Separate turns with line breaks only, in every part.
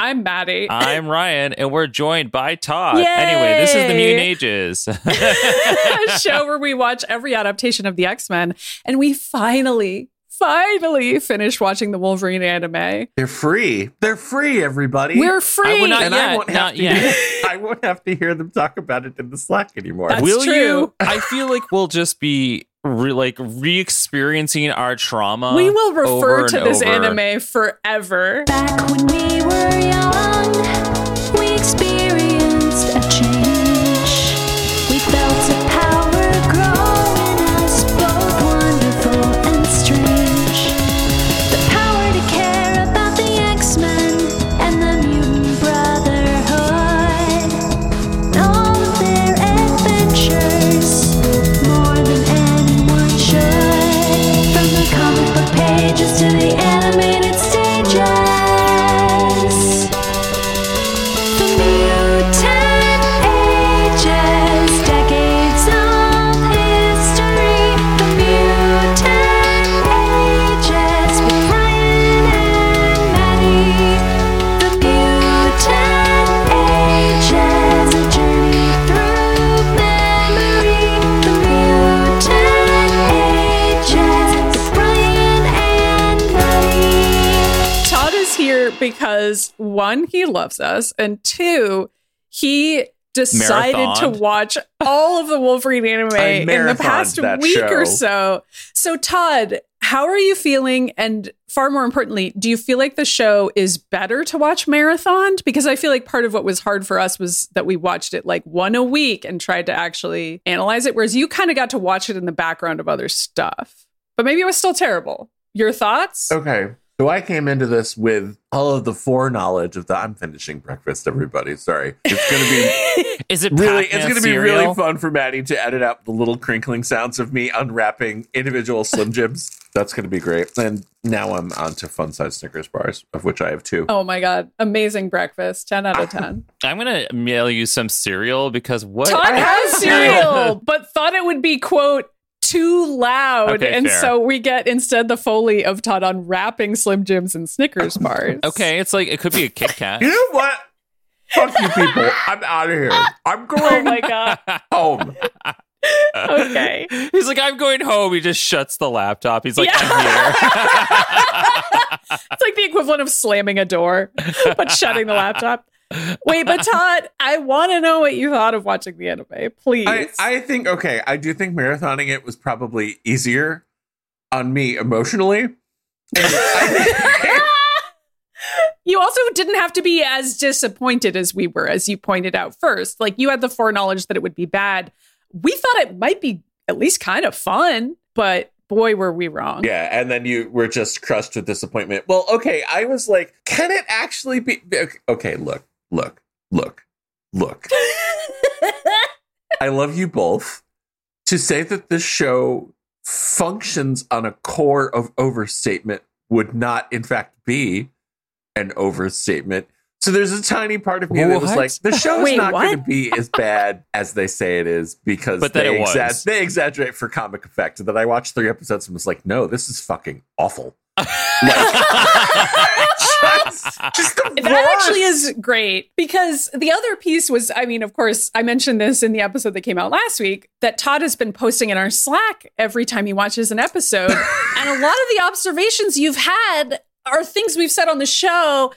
I'm Maddie.
I'm Ryan, and we're joined by Todd. Anyway, this is the Mutant Ages.
a show where we watch every adaptation of the X Men, and we finally, finally finished watching the Wolverine anime.
They're free. They're free, everybody.
We're free.
I will not
and
yet,
I won't
not
have to.
yet.
Hear, I won't have to hear them talk about it in the Slack anymore.
That's
Will
true.
you? I feel like we'll just be re- like re-experiencing our trauma.
we will
uh, over
refer to
and
this
over.
anime forever.
Back when we were young, we experienced a change. We felt a power grow in us, both wonderful and strange. The power to care about the X Men and the mutant brotherhood. And all of their adventures, more than anyone should. From the comic book pages to the animated stages. The mutant ages, decades of history. The mutant ages with Ryan and Maddie. The mutant ages, a journey through memory. The mutant ages with Ryan and Maddie.
Todd is here because one, he loves us, and two, he decided
Marathoned.
to watch all of the Wolverine
I
anime in the
marathoned
past
that
week or
show.
so. So, Todd, how are you feeling? And far more importantly, do you feel like the show is better to watch marathoned? Because I feel like part of what was hard for us was that we watched it like one a week and tried to actually analyze it, whereas you kind of got to watch it in the background of other stuff. But maybe it was still terrible. Your thoughts?
Okay. So I came into this with all of the foreknowledge of the. I'm finishing breakfast, everybody. Sorry. It's going to be
Is it Pac-Man
really it's going to be
cereal?
really fun for Maddie to edit out the little crinkling sounds of me unwrapping individual Slim Jims. That's going to be great. And now I'm on to fun size Snickers bars, of which I have two.
Oh my god, amazing breakfast. 10 out of 10.
I'm gonna mail you some cereal because what?
Todd has
have
cereal, but thought it would be quote too loud.
Okay,
and
fair.
so we get instead the foley of Todd unwrapping Slim Jims and Snickers bars.
Okay, it's like it could be a Kit Kat.
You know what? Fuck you people. I'm out of here. I'm
Oh
going
my god.
Oh
home.
Okay.
He's like, I'm going home. He just shuts the laptop. He's like,
Yeah.
I'm here.
It's like the equivalent of slamming a door but shutting the laptop. Wait, but Todd, I want to know what you thought of watching the anime, please.
I, I think, okay, I do think marathoning it was probably easier on me emotionally. And I think-
you also didn't have to be as disappointed as we were, as you pointed out first. Like you had the foreknowledge that it would be bad. We thought it might be at least kind of fun, but boy, were we wrong.
Yeah, and then you were just crushed with disappointment. Well, okay, I was like, can it actually be? be- Okay, okay, look, look, look, look. I love you both. To say that this show functions on a core of overstatement would not, in fact, be an overstatement. So there's a tiny part of me that was
What?
like, the show's
Wait,
not
what?
going to be as bad as they say it is because
But that
they,
it was.
exa- they exaggerate for comic effect. And then I watched three episodes and was like, no, this is fucking awful. just, just the
That
worst.
actually is great because the other piece was I mean, of course, I mentioned this in the episode that came out last week that Todd has been posting in our Slack every time he watches an episode. and a lot of the observations you've had are things we've said on the show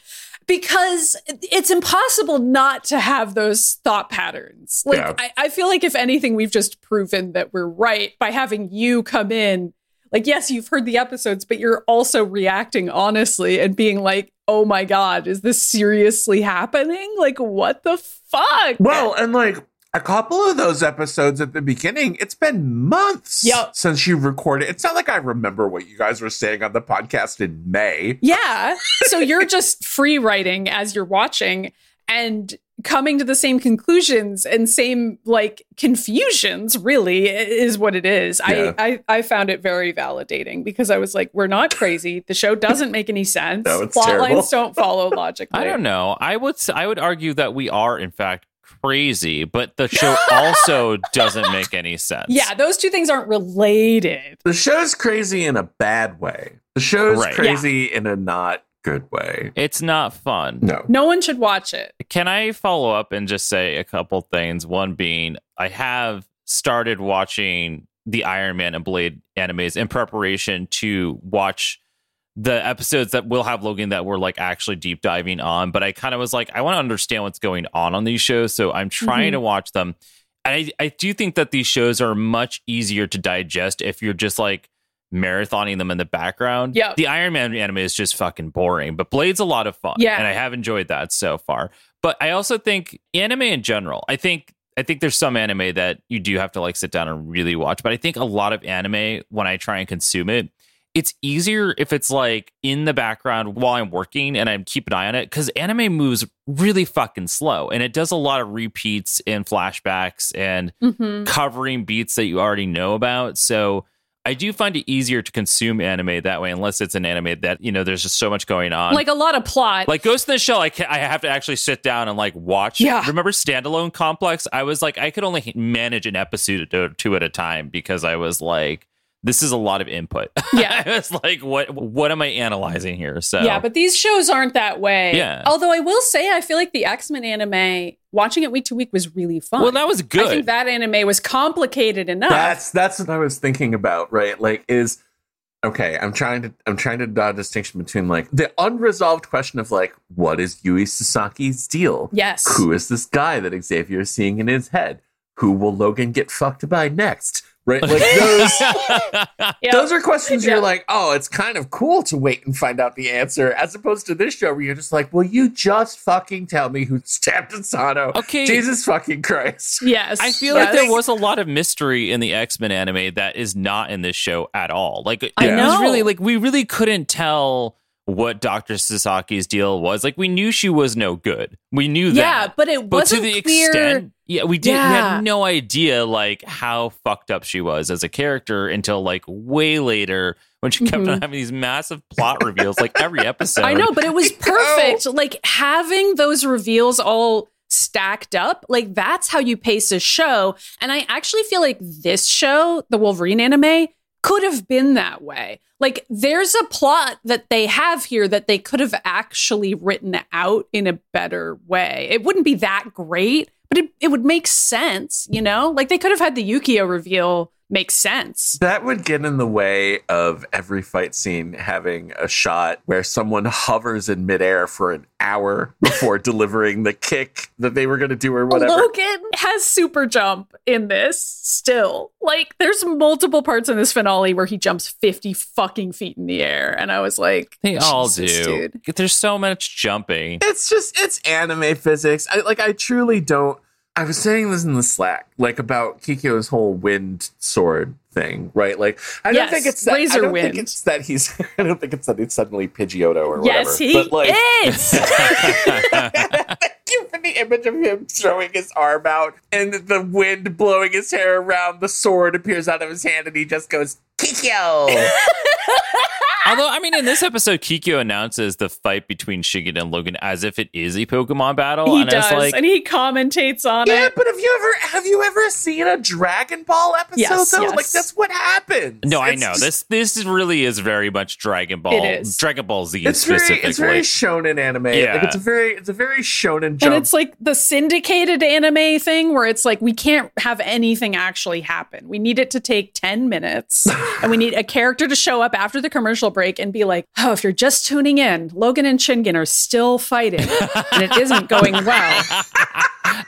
because it's impossible not to have those thought patterns. Like,
Yeah.
I, I feel like if anything, we've just proven that we're right by having you come in like yes you've heard the episodes but you're also reacting honestly and being like oh my god is this seriously happening like what the fuck
Well, and like a couple of those episodes at the beginning, it's been months
Yep.
since you recorded. It's not like I remember what you guys were saying on the podcast in May.
yeah so you're just free writing as you're watching and coming to the same conclusions and same like confusions really i- is what it is
Yeah.
I, I i found it very validating because i was like we're not crazy the show doesn't make any sense
No, it's
plot
terrible.
lines don't follow logic
I don't know. I would s- I would argue that we are in fact crazy, but the show also doesn't make any sense.
yeah those two things aren't related
The show's crazy in a bad way. The show's
Right.
crazy in a not good way.
It's not fun.
No.
No one should watch it.
Can I follow up and just say a couple things? One being, I have started watching the Iron Man and Blade animes in preparation to watch the episodes that will have Logan that we're like actually deep diving on. But I kind of was like, I want to understand what's going on on these shows. So I'm trying
Mhm.
to watch them. And I, I do think that these shows are much easier to digest if you're just like marathoning them in the background.
Yep.
The Iron Man anime is just fucking boring, but Blade's a lot of fun.
Yeah.
And I have enjoyed that so far. But I also think anime in general, I think I think there's some anime that you do have to like sit down and really watch. But I think a lot of anime, when I try and consume it, it's easier if it's like in the background while I'm working and I keep an eye on it because anime moves really fucking slow and it does a lot of repeats and flashbacks and
Mhm.
covering beats that you already know about. So I do find it easier to consume anime that way, unless it's an anime that, you know, there's just so much going on.
Like a lot of plot.
Like Ghost in the Shell, I can, I have to actually sit down and like watch.
Yeah.
Remember standalone complex? I was like, I could only manage an episode or two at a time because I was like, this is a lot of input.
Yeah.
I was like, what what am I analyzing here? So
Yeah, but these shows aren't that way.
Yeah.
Although I will say, I feel like the X Men anime, watching it week to week was really fun.
well, that was
I
good.
think that anime was complicated enough.
That's that's what I was thinking about, right? Like is okay, I'm trying to I'm trying to draw a distinction between like the unresolved question of like what is Yui Sasaki's deal?
yes.
Who is this guy that Xavier is seeing in his head? Who will Logan get fucked by next? Right? Like those
Yeah.
those are questions
Yeah.
you're like, oh, it's kind of cool to wait and find out the answer, as opposed to this show where you're just like, will you just fucking tell me who stabbed Asano?
okay.
Jesus fucking Christ.
yes.
I feel
yes.
like there was a lot of mystery in the X Men anime that is not in this show at all. Like it
I
was
know.
really like we really couldn't tell what Doctor Sasaki's deal was. Like we knew she was no good. We knew
Yeah,
that.
but it
But to
wasn't
the
clear.
extent, yeah, we did. We
Yeah.
had no idea like how fucked up she was as a character until like way later when she kept
Mhm.
on having these massive plot reveals like every episode.
I know, but it was perfect. Like having those reveals all stacked up, like that's how you pace a show. And I actually feel like this show, the Wolverine anime, could have been that way. Like there's a plot that they have here that they could have actually written out in a better way. It wouldn't be that great, but it, it would make sense, you know? Like they could have had the Yukio reveal make sense.
That would get in the way of every fight scene having a shot where someone hovers in midair for an hour before delivering the kick that they were going to do or whatever.
Logan has super jump in this still. Like, there's multiple parts in this finale where he jumps 50 fucking feet in the air. And I was like,
They all
Jesus,
do.
dude.
There's so much jumping.
It's just it's anime physics. I like I truly don't I was saying this in the Slack, like about Kikyo's whole wind sword thing, right? Like I
Yes,
don't think it's that I
laser
don't
wind.
think it's that he's I don't think it's that he's suddenly Pidgeotto or
Yes,
whatever.
he
but like
is.
Thank you for the image of him throwing his arm out and the wind blowing his hair around. The sword appears out of his hand and he just goes, Kikyo!
Although, I mean, in this episode, Kikyo announces the fight between Shingen and Logan as if it is a Pokemon battle.
he
and
does.
I was like,
and he commentates on
yeah,
it.
but have you ever have you ever seen a Dragon Ball episode
Yes,
though? Like
yes.
that's what happens.
no, I
It's
know
just-
this. This is really is very much Dragon Ball.
It is.
Dragon Ball Z
It's very
specifically.
it's very shonen anime.
Yeah.
Like it's a very it's a very shonen jump.
And it's like the syndicated anime thing where it's like, we can't have anything actually happen. We need it to take 10 minutes. and we need a character to show up after the commercial break and be like, oh, if you're just tuning in, Logan and Shingen are still fighting and it isn't going well.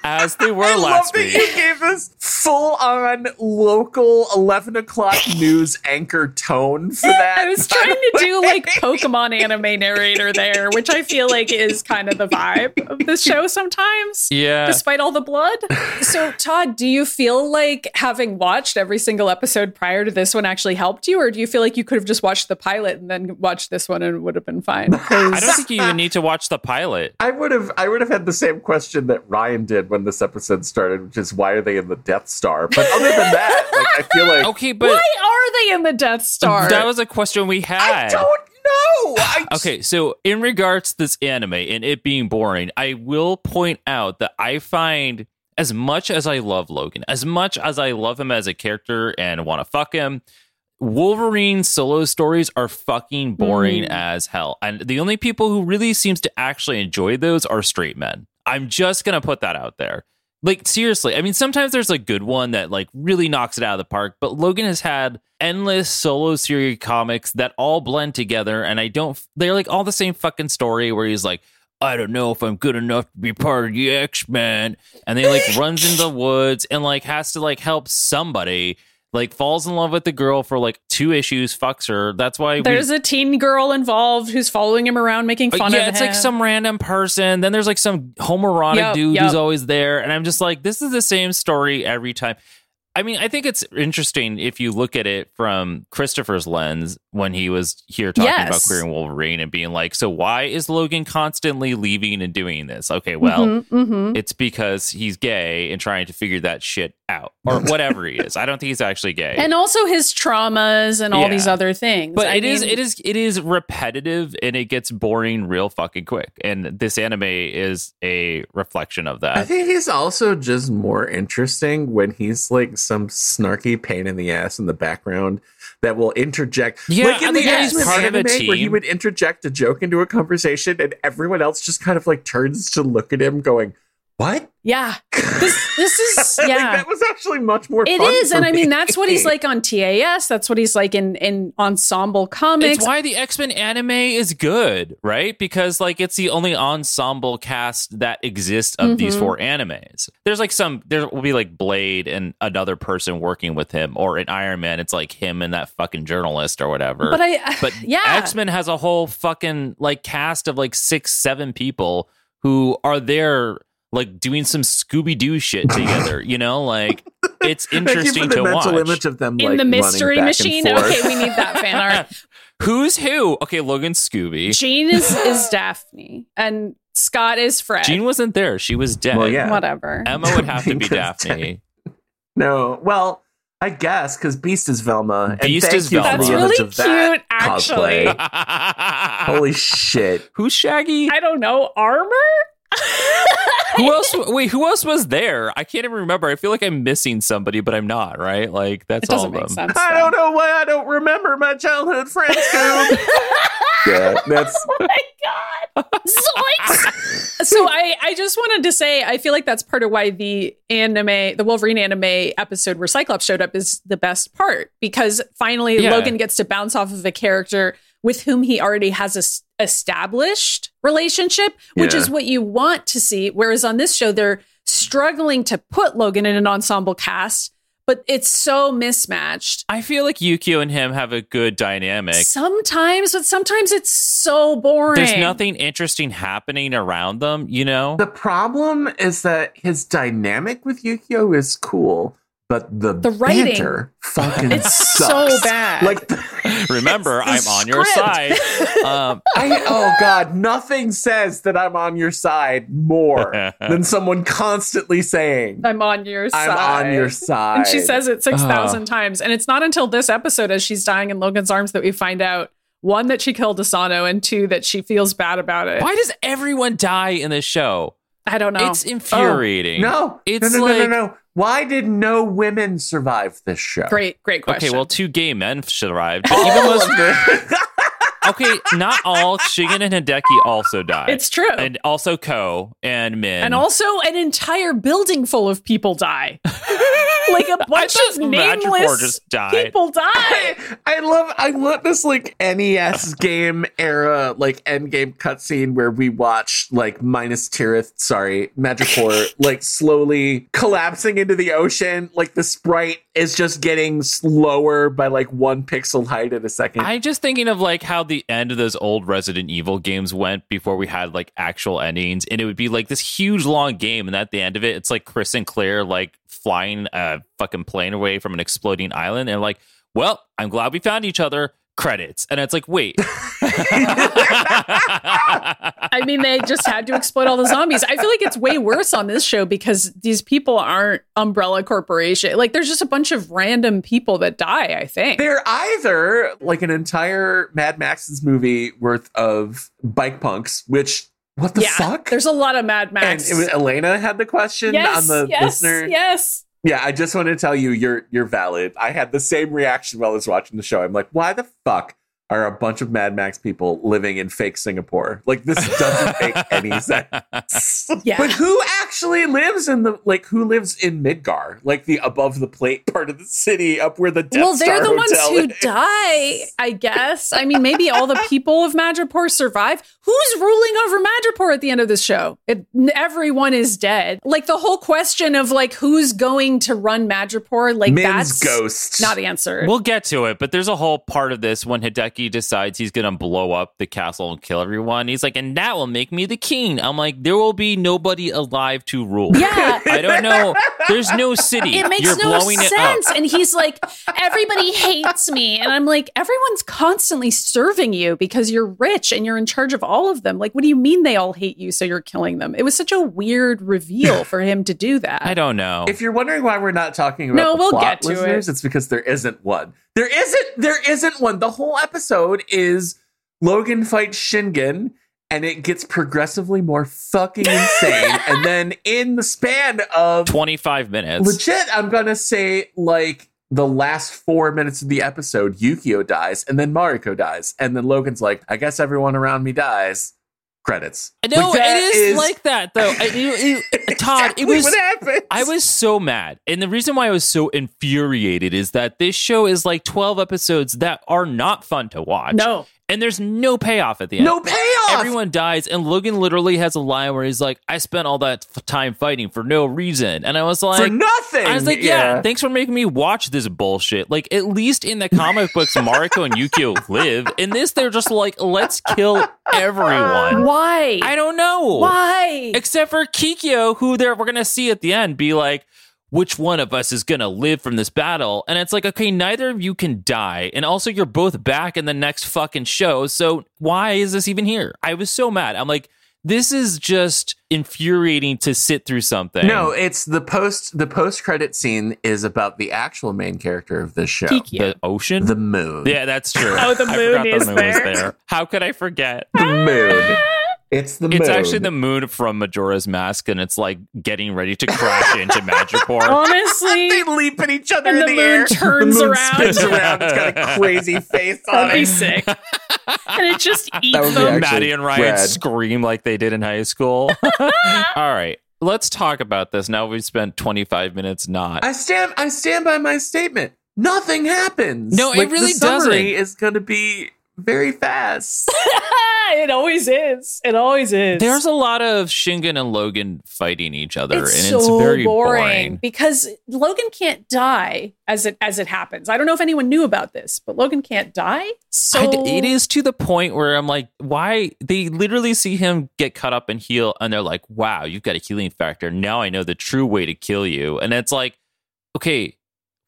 as they were
I love
last
that
week.
you gave us full on local eleven o'clock news anchor tone for that.
I was trying to do like Pokemon anime narrator there, which I feel like is kind of the vibe of this show sometimes.
Yeah.
Despite all the blood. So, Todd, do you feel like having watched every single episode prior to this one actually helped you? Or do you feel like you could have just watched the pilot and then watched this one and it would have been fine? 'Cause-
I don't think you even need to watch the pilot.
I would have I would have had the same question that Ryan did when this episode started, which is why are they in the Death Star? But other than that, like I feel like
Okay, but
why are they in the Death Star?
that was a question we had.
I don't know. I
Okay, so in regards to this anime and it being boring, I will point out that I find as much as I love Logan, as much as I love him as a character and want to fuck him, Wolverine solo stories are fucking boring
Mm.
as hell. And the only people who really seems to actually enjoy those are straight men. I'm just going to put that out there. Like seriously, I mean sometimes there's a good one that like really knocks it out of the park, but Logan has had endless solo series comics that all blend together and I don't they're like all the same fucking story where he's like I don't know if I'm good enough to be part of the X-Men and then he, like runs in the woods and like has to like help somebody like falls in love with the girl for like two issues, fucks her. That's why we
There's a teen girl involved who's following him around, making
but
fun of
yeah,
him.
it's like some random person. Then there's like some homoerotic
Yep,
dude
yep.
who's always there, and I'm just like, this is the same story every time. I mean, I think it's interesting if you look at it from Christopher's lens when he was here talking about
Yes.
queer and Wolverine and being like, so why is Logan constantly leaving and doing this? Okay, well,
Mhm, mhm.
it's because he's gay and trying to figure that shit out or whatever he is. I don't think he's actually gay.
and also his traumas and all
Yeah.
these other things.
But
I
it is
mean,
it is it is repetitive and it gets boring real fucking quick. And this anime is a reflection of
I
uh,
that.
think he's also just more interesting when he's like some snarky pain in the ass in the background that will interject.
Yeah,
like
I
in the
think that he's
X-Men
part of a
anime where he
team.
would interject a joke into a conversation and everyone else just kind of like turns to look at him going, What?
yeah. This this is
Like,
yeah.
that was actually much more
It
fun
is,
for
and I mean
me.
that's what he's like on TAS. That's what he's like in in ensemble comics.
It's why the X Men anime is good, right? Because like it's the only ensemble cast that exists of these
Mhm.
four animes. There's like some there will be like Blade and another person working with him, or in Iron Man, it's like him and that fucking journalist or whatever.
but I
But
yeah,
X Men has a whole fucking like cast of like six, seven people who are there like doing some Scooby Doo shit together. You know, like it's
Thank you
interesting
for the
to
mental
watch.
image of them
in
like,
the
running
mystery
back and
machine.
forth.
Okay, we need that fan art.
Who's who? Okay, Logan Scooby.
Jean is is Daphne, and Scott is Fred.
Jean wasn't there. She was dead.
Well, yeah.
Whatever.
Emma would have to be
Because
Daphne.
No, well, I guess because Beast is Velma.
Beast
and thank
is
you for
Velma.
That's
the
really
image
cute,
of that
actually.
cosplay. Holy shit!
Who's Shaggy?
I don't know armor.
Who else? Wait, who else was there? I can't even remember. I feel like I'm missing somebody, but I'm not. Right? Like
It
that's
doesn't
all of
make
them.
sense.
I don't know why I don't remember my childhood friends. Scoob. yeah, that's
my god! Zoinks! so I, I just wanted to say, I feel like that's part of why the anime, the Wolverine anime episode where Cyclops showed up is the best part because finally
Yeah.
Logan gets to bounce off of a character with whom he already has a s- established relationship, which
Yeah.
is what you want to see. Whereas on this show, they're struggling to put Logan in an ensemble cast, but it's so mismatched.
I feel like Yukio and him have a good dynamic.
Sometimes, but sometimes it's so boring.
There's nothing interesting happening around them, you know?
the problem is that his dynamic with Yukio is cool, but the
The writing.
banter fucking
It's
sucks.
so bad.
Like the,
Remember, I'm
it's the
on your side.
script.
Um,
I, oh god, nothing says that I'm on your side more than someone constantly saying
I'm on your side.
I'm on your side.
And she says it 6,000
Ugh.
times. And it's not until this episode, as she's dying in Logan's arms, that we find out one, that she killed Asano, and two, that she feels bad about it.
why does everyone die in this show?
I don't know.
It's infuriating.
Oh, No,
It's
no, no, no,
like-
no, no. Why did no women survive this show?
great, great question.
Okay, well, two gay men survived.
Oh.
but even most- okay, not all. Shigen and Hideki also died.
it's true. And,
and also Ko and Min.
also, an entire building full of people die. like a bunch
I
of
thought Madripoor
nameless
just died.
people die.
I, I love I love this like NES game era like end game cutscene where we watch like Minus Tirith, sorry, Madripoor like slowly collapsing into the ocean. Like the sprite is just getting slower by like one pixel height at a second.
I'm just thinking of like how the end of those old Resident Evil games went before we had like actual endings, and it would be like this huge long game, and at the end of it, it's like Chris and Claire like flying a fucking plane away from an exploding island, and like, well, I'm glad we found each other. Credits, and it's like, wait,
I mean, they just had to exploit all the zombies. I feel like it's way worse on this show because these people aren't Umbrella Corporation. Like, there's just a bunch of random people that die, I think.
They're either like an entire Mad Max's movie worth of bike punks, which what the fuck?
There's a lot of Mad
and
Max.
it was, Elena had the question
yes,
on the
yes,
listener.
yes.
Yeah, I just want to tell you, you're you're valid. I had the same reaction while I was watching the show. I'm like, why the fuck are a bunch of Mad Max people living in fake Singapore? Like this doesn't make any sense.
Yeah.
But who actually lives in the like who lives in Midgar, like the above the plate part of the city, up where the Death
well, they're
Star
the ones
Hotel
who
is?
die, I guess. I mean, maybe all the people of Madripoor survive. Who's ruling over Madripoor at the end of this show? It, everyone is dead. Like the whole question of like who's going to run Madripoor, like
Min's
that's
ghost.
not answered.
We'll get to it, but there's a whole part of this when Hideki decides he's going to blow up the castle and kill everyone. He's like, and that will make me the king. I'm like, there will be nobody alive to rule.
yeah.
I don't know. There's no city.
It makes
You're
no
blowing it up.
sense. And he's like, everybody hates me. And I'm like, everyone's constantly serving you because you're rich and you're in charge of all of them. Like, what do you mean they all hate you? So you're killing them. It was such a weird reveal for him to do that.
I don't know.
If you're wondering why we're not talking about
No,
the
we'll
plot,
get to
listeners, it's because there isn't one. There isn't there isn't one. The whole episode is Logan fights Shingen and it gets progressively more fucking insane. and then in the span of
25 minutes.
legit, I'm gonna say like the last four minutes of the episode, Yukio dies, and then Mariko dies, and then Logan's like, I guess everyone around me dies. Credits.
No,
Like, that
it is, like that though. I, you- you- Todd,
exactly
it was.
what happens.
I was so mad, and the reason why I was so infuriated is that this show is like twelve episodes that are not fun to watch.
No.
and there's no payoff at the end.
no payoff.
Everyone dies, and Logan literally has a line where he's like, "I spent all that f- time fighting for no reason," and I was like,
for nothing.
I was like, yeah, thanks for making me watch this bullshit. Like, at least in the comic books, Mariko and Yukio live. In this, they're just like, let's kill everyone.
Why?
I don't know.
Why?
Except for Kikyo, who there we're gonna see at the end be like, which one of us is gonna live from this battle? And it's like, okay, neither of you can die. And also you're both back in the next fucking show. So why is this even here? I was so mad. I'm like, this is just infuriating to sit through something.
No, it's the post. The post credit scene is about the actual main character of this show,
Kiki.
The ocean?
the moon.
yeah, that's true.
Oh, the
I
moon
forgot
is there.
How could I forget?
the moon. It's the moon.
It's actually the moon from Majora's Mask, and it's like getting ready to crash into Madripoor.
Oh, Honestly,
They leap at each other
And
in
the
the,
moon
air.
turns
the moon
around.
Spins around. It's got a crazy face on
that'd be
it.
sick. and it just eats
would be
them.
actually
Maddie and Ryan
rad.
scream like they did in high school. All right. Let's talk about this. Now we've spent 25 minutes not.
I stand. I stand by my statement. Nothing happens.
No, it
Like,
really
the summary
doesn't.
Is going to be very fast.
it always is. It always is.
There's a lot of Shingen and Logan fighting each other,
it's
and
so
it's very boring.
because Logan can't die as it as it happens. I don't know if anyone knew about this, but Logan can't die. So
I d- it is to the point where I'm like, why? They literally see him get cut up and heal, and they're like, wow, you've got a healing factor. Now I know the true way to kill you. And it's like, okay,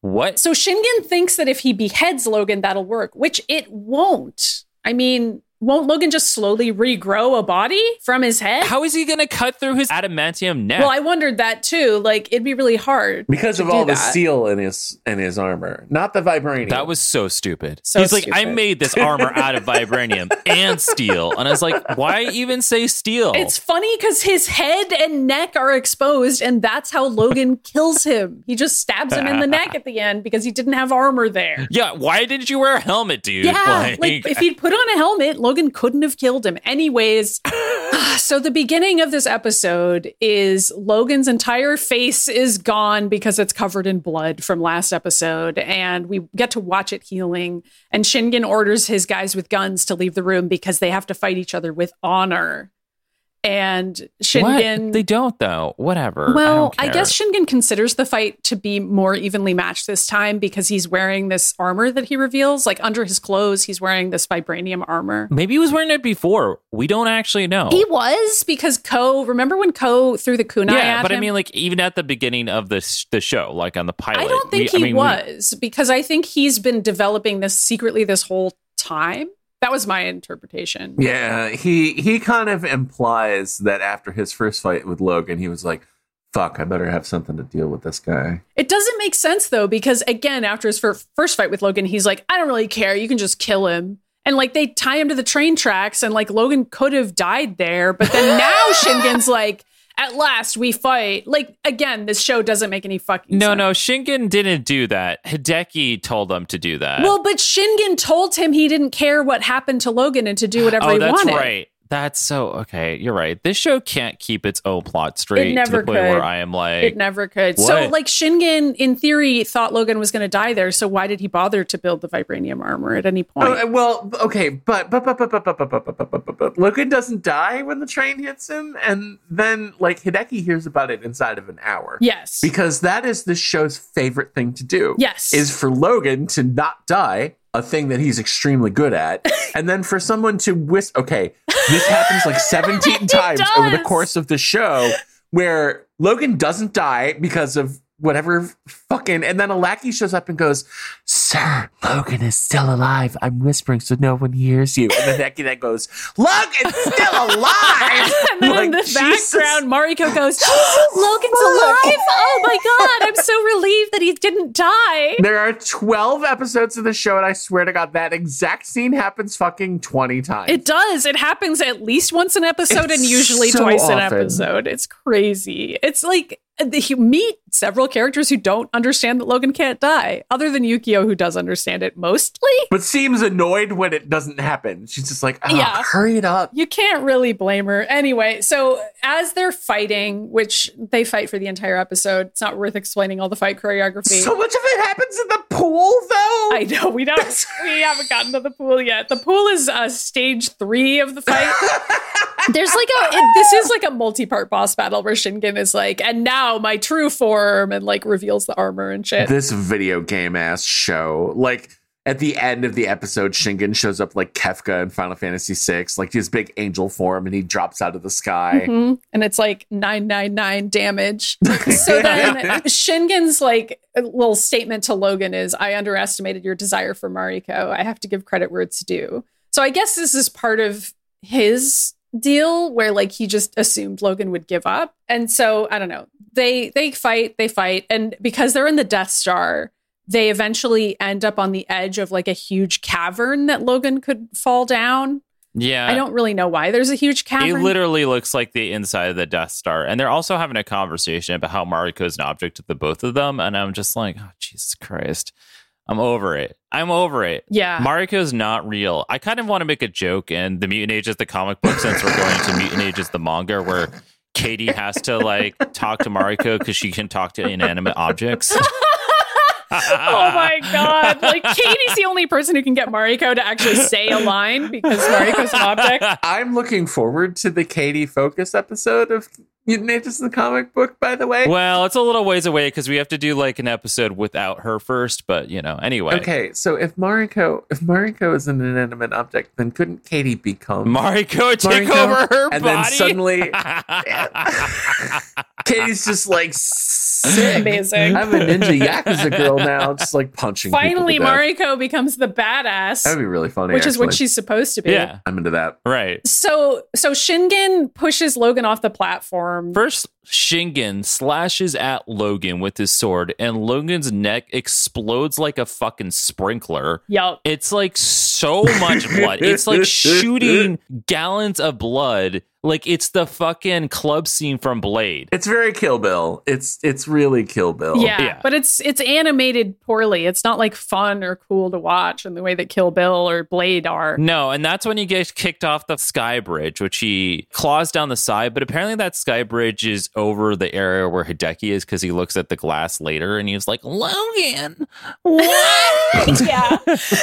what?
So Shingen thinks that if he beheads Logan, that'll work, which it won't. I mean, won't Logan just slowly regrow a body from his head?
How is he going to cut through his adamantium neck?
well, I wondered that too. Like it'd be really hard.
Because of
do
all
that.
the steel in his in his armor, not the vibranium.
That was so stupid.
So
He's like, I
stupid.
made this armor out of vibranium and steel. And I was like, why even say steel?
It's funny because his head and neck are exposed, and that's how Logan kills him. He just stabs him in the neck at the end because he didn't have armor there.
yeah, why didn't you wear a helmet, dude?
Yeah, like, if he'd put on a helmet, Logan couldn't have killed him. Anyways, Ah, so the beginning of this episode is Logan's entire face is gone because it's covered in blood from last episode, and we get to watch it healing. And Shingen orders his guys with guns to leave the room because they have to fight each other with honor. And Shingen,
what? They don't, though. Whatever.
well, I,
I, don't care.
guess Shingen considers the fight to be more evenly matched this time because he's wearing this armor that he reveals. Like under his clothes, he's wearing this vibranium armor.
Maybe he was wearing it before. We don't actually know.
He was because Ko, remember when Ko threw the kunai
yeah,
at
but I
him?
mean, like, even at the beginning of the, sh- the show, like on the pilot.
I don't think
we- I
he
mean, we-
was because I think he's been developing this secretly this whole time. That was my interpretation.
Yeah, he he kind of implies that after his first fight with Logan, he was like, "Fuck, I better have something to deal with this guy."
It doesn't make sense though, because again, after his fir- first fight with Logan, he's like, I don't really care. You can just kill him. And like they tie him to the train tracks, and like Logan could have died there, but then now Shingen's like, at last we fight. Like again, this show doesn't make any fucking
No,
sense.
no, Shingen didn't do that. Hideki told them to do that.
Well, but Shingen told him he didn't care what happened to Logan and to do whatever
oh,
he
that's
wanted.
right. That's so okay. You're right. This show can't keep its own plot straight to
never
the point
could.
where I am like,
It never could. So,
What?
like Shingen, in theory, thought Logan was going to die there. So why did he bother to build the vibranium armor at any point?
Oh, well, okay, but but but but but but but but but but but but but Logan doesn't die when the train hits him, and then like Hideki hears about it inside of an hour.
yes.
Because that is this show's favorite thing to do.
Yes.
Is for Logan to not die, a thing that he's extremely good at, and then for someone to whisk okay, this happens like 17 times over the
does.
course of the show where Logan doesn't die because of whatever fucking and then a lackey shows up and goes, Sir, Logan is still alive. I'm whispering so no one hears you. And the lackey then goes, Logan's still alive.
and then in the
Like, Jesus.
background, Mariko goes, Logan's alive. Oh my God. I'm so relieved that he didn't die.
There are 12 episodes of the show, and I swear to God, that exact scene happens fucking 20 times.
It does. It happens at least once an episode and
It's
usually
so
twice an
often.
episode. It's crazy. It's like uh, the- you meet several characters who don't understand that Logan can't die, other than Yukio, who does understand it mostly.
but seems annoyed when it doesn't happen. She's just like, oh,
Yeah.
hurry it up.
You can't really blame her. Anyway, so as they're fighting, which they fight for the entire episode, it's not worth explaining all the fight choreography.
So much of it happens in the pool, though.
I know we don't we haven't gotten to the pool yet. The pool is uh, stage three of the fight. There's like a it- this is like a multi-part boss battle where Shingen is like, and now my true form, and like reveals the armor and shit.
this video game ass show, like at the end of the episode, Shingen shows up like Kefka in Final Fantasy VI, like his big angel form, and he drops out of the sky.
Mhm. And it's like 999 damage. so then Shingen's like little statement to Logan is I underestimated your desire for Mariko. I have to give credit where it's due. So I guess this is part of his deal where like he just assumed Logan would give up. And so I don't know. They they fight, they fight and because they're in the Death Star, they eventually end up on the edge of like a huge cavern that Logan could fall down.
yeah,
I don't really know why there's a huge
Uh, It
cavern.
literally looks like the inside of the Death Star. And they're also having a conversation about how Mariko is an object of the both of them. And I'm just like, oh, Jesus Christ. I'm over it. I'm over it.
yeah.
Mariko's not real. I kind of want to make a joke in the Mutant Ages, the comic book, since we're going to Mutant Ages, the manga, where Katie has to like talk to Mariko because she can talk to inanimate objects.
oh my god! Like Katie's the only person who can get Mariko to actually say a line because Mariko's an object.
I'm looking forward to the Katie Focus episode of Mutant Ages in the comic book, by the way.
Well, it's a little ways away because we have to do like an episode without her first. But, you know, anyway.
Okay, so if Mariko if Mariko is an inanimate object, then couldn't Katie become
Mariko take
Mariko?
over her
and then
body.
suddenly Katie's just like sick.
Amazing.
I'm a ninja yakuza girl now, just like punching. people to
Finally,
death.
Mariko becomes the badass,
That'd be really funny.
which is what
actually.
she's supposed to be.
yeah,
I'm into that.
right.
So, so Shingen pushes Logan off the platform.
First, Shingen slashes at Logan with his sword, and Logan's neck explodes like a fucking sprinkler.
Yup.
It's like so much blood. It's like shooting gallons of blood. Like it's the fucking club scene from Blade.
It's very Kill Bill. It's it's really Kill Bill.
Yeah,
yeah.
but it's it's animated poorly. It's not like fun or cool to watch in the way that Kill Bill or Blade are.
No, and that's when he gets kicked off the sky bridge, which he claws down the side. But apparently, that sky bridge is over the area where Hideki is because he looks at the glass later and he's like, Logan, what?
yeah.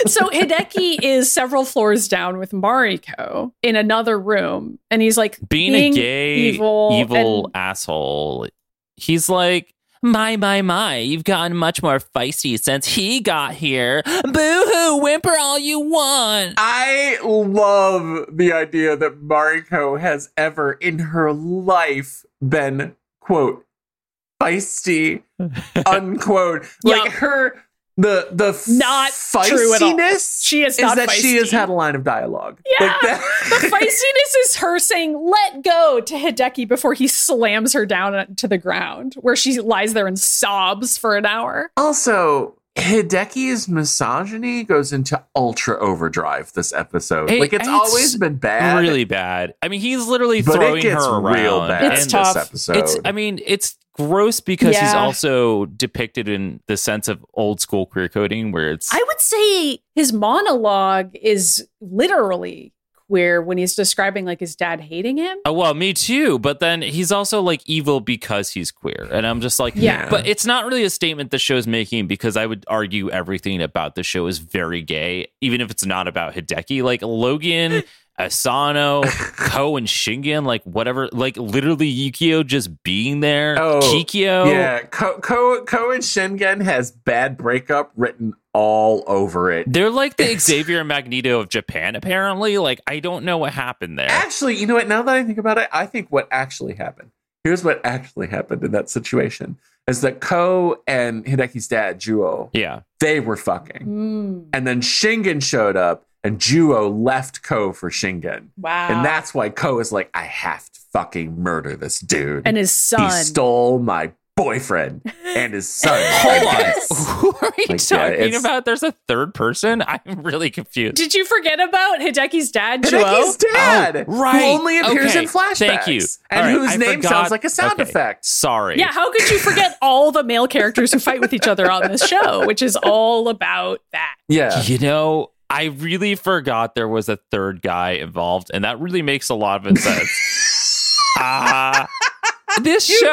So Hideki is several floors down with Mariko in another room, and he's like
Being, a gay, evil,
evil,
asshole, he's like, my, my, my, you've gotten much more feisty since he got here. Boo hoo, whimper all you want.
I love the idea that Mariko has ever in her life been, quote, feisty, unquote. Like
Yup.
her the the f-
Not true at all.
feistiness
She is not
that she
feisty.
has had a line of dialogue.
Yeah.
Like
the
that-
feistiness is her saying "let go" to Hideki before he slams her down to the ground, where she lies there and sobs for an hour.
also, Hideki's misogyny goes into ultra overdrive this episode.
Hey,
like it's,
it's
always been bad.
really bad. I mean, he's literally
but
throwing
it gets
her around.
real bad
It's
in
tough.
this episode.
It's I mean, it's gross because he's
Yeah.
also depicted in the sense of old school queer coding where it's
I would say his monologue is literally queer when he's describing like his dad hating him.
Oh well, me too. But then he's also like evil because he's queer, and I'm just like,
Yeah.
But it's not really a statement the show's making because I would argue everything about the show is very gay, even if it's not about Hideki. Like Logan, Asano, Ko, and Shingen, like whatever, like literally Yukio just being there,
Oh,
Kikyo.
yeah, Ko, Ko, Ko and Shingen has bad breakup written all over it.
They're like the Xavier and Magneto of Japan, apparently. Like, I don't know what happened there.
Actually, you know what? Now that I think about it, I think what actually happened. Here's what actually happened in that situation is that Ko and Hideki's dad, Juo,
yeah.
they were fucking.
Mm,
And then Shingen showed up and Juo left Ko for Shingen.
wow.
Ah.
And that's why Ko is like, I have to fucking murder this dude.
And his son.
he stole my boyfriend and his son.
Hold
I guess.
on. Who are you
Like, yeah,
talking
it's-
about? There's a third person? I'm really confused.
Did you forget about Hideki's dad,
Hideki's
Joe?
dad,
Oh, right.
Who only appears
Okay.
in flashbacks.
Thank you.
And
All right,
whose
I
name
forgot-
sounds like a sound
Okay.
effect.
Sorry.
Yeah, how could you forget all the male characters who fight with each other on this show, which is all about that?
Yeah.
You know, I really forgot there was a third guy involved, and that really makes a lot of sense. Ah, this show.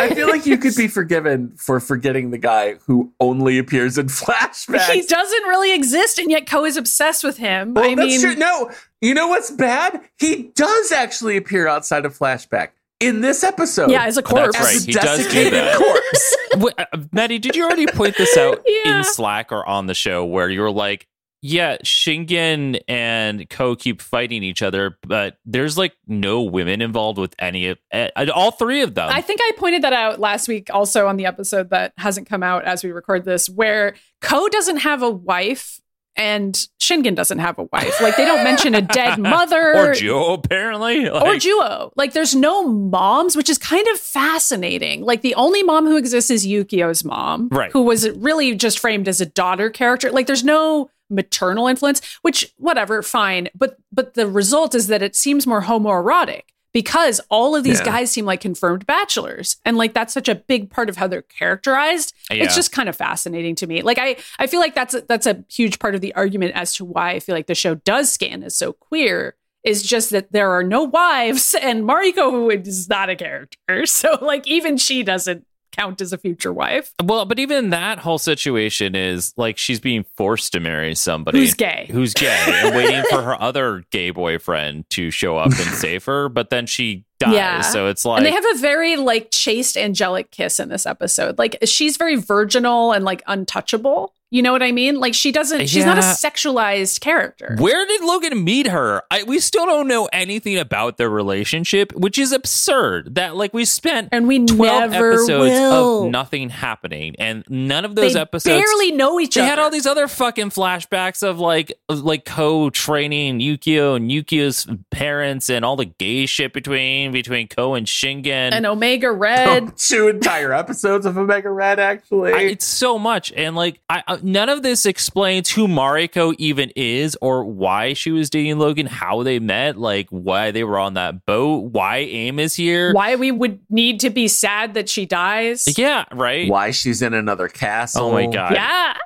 I feel like you could be forgiven for forgetting the guy who only appears in flashbacks.
He doesn't really exist, and yet Ko is obsessed with him.
well,
I
that's
mean,
true. No, you know what's bad? He does actually appear outside of flashback in this episode.
yeah, as a corpse.
That's
as
right.
a
he does do
desiccated
that.
corpse.
Wait, uh, Maddie, did you already point this out
Yeah.
in Slack or on the show where you were like, yeah, Shingen and Ko keep fighting each other, but there's like no women involved with any of eh, all three of them.
I think I pointed that out last week also on the episode that hasn't come out as we record this, where Ko doesn't have a wife and Shingen doesn't have a wife. Like they don't mention a dead mother
or Joe, apparently. Like,
or Juo. Like there's no moms, which is kind of fascinating. Like the only mom who exists is Yukio's mom,
Right.
who was really just framed as a daughter character. Like there's no maternal influence, which whatever, fine. But but the result is that it seems more homoerotic because all of these
Yeah.
guys seem like confirmed bachelors and like that's such a big part of how they're characterized
Yeah.
it's just kind of fascinating to me like i i feel like that's a, that's a huge part of the argument as to why i feel like the show does scan as so queer is just that there are no wives and mariko is not a character so like even she doesn't count as a future wife
Well, but even that whole situation is like she's being forced to marry somebody
who's gay
who's gay and waiting for her other gay boyfriend to show up and save her, but then she dies.
Yeah.
So it's like
and they have a very like chaste angelic kiss in this episode like she's very virginal and like untouchable you know what i mean like she doesn't she's not a
Yeah.
sexualized character
Where did Logan meet her? I, we still don't know anything about their relationship, which is absurd. That like we spent
and we
twelve
never
episodes
will.
of nothing happening, and none of those
they
episodes
barely know each
They
other
had all these other fucking flashbacks of like of, like Ko training Yukio and Yukio's parents and all the gay shit between between Ko and Oh, Shingen.
and omega red
Two entire episodes of Omega Red, actually.
I- it's so much, and like I, uh, none of this explains who Mariko even is or why she was dating Logan, how they met, like why they were on that boat, why Aim is here.
why we would need to be sad that she dies
Yeah, right.
Why she's in another castle.
Oh my god.
yeah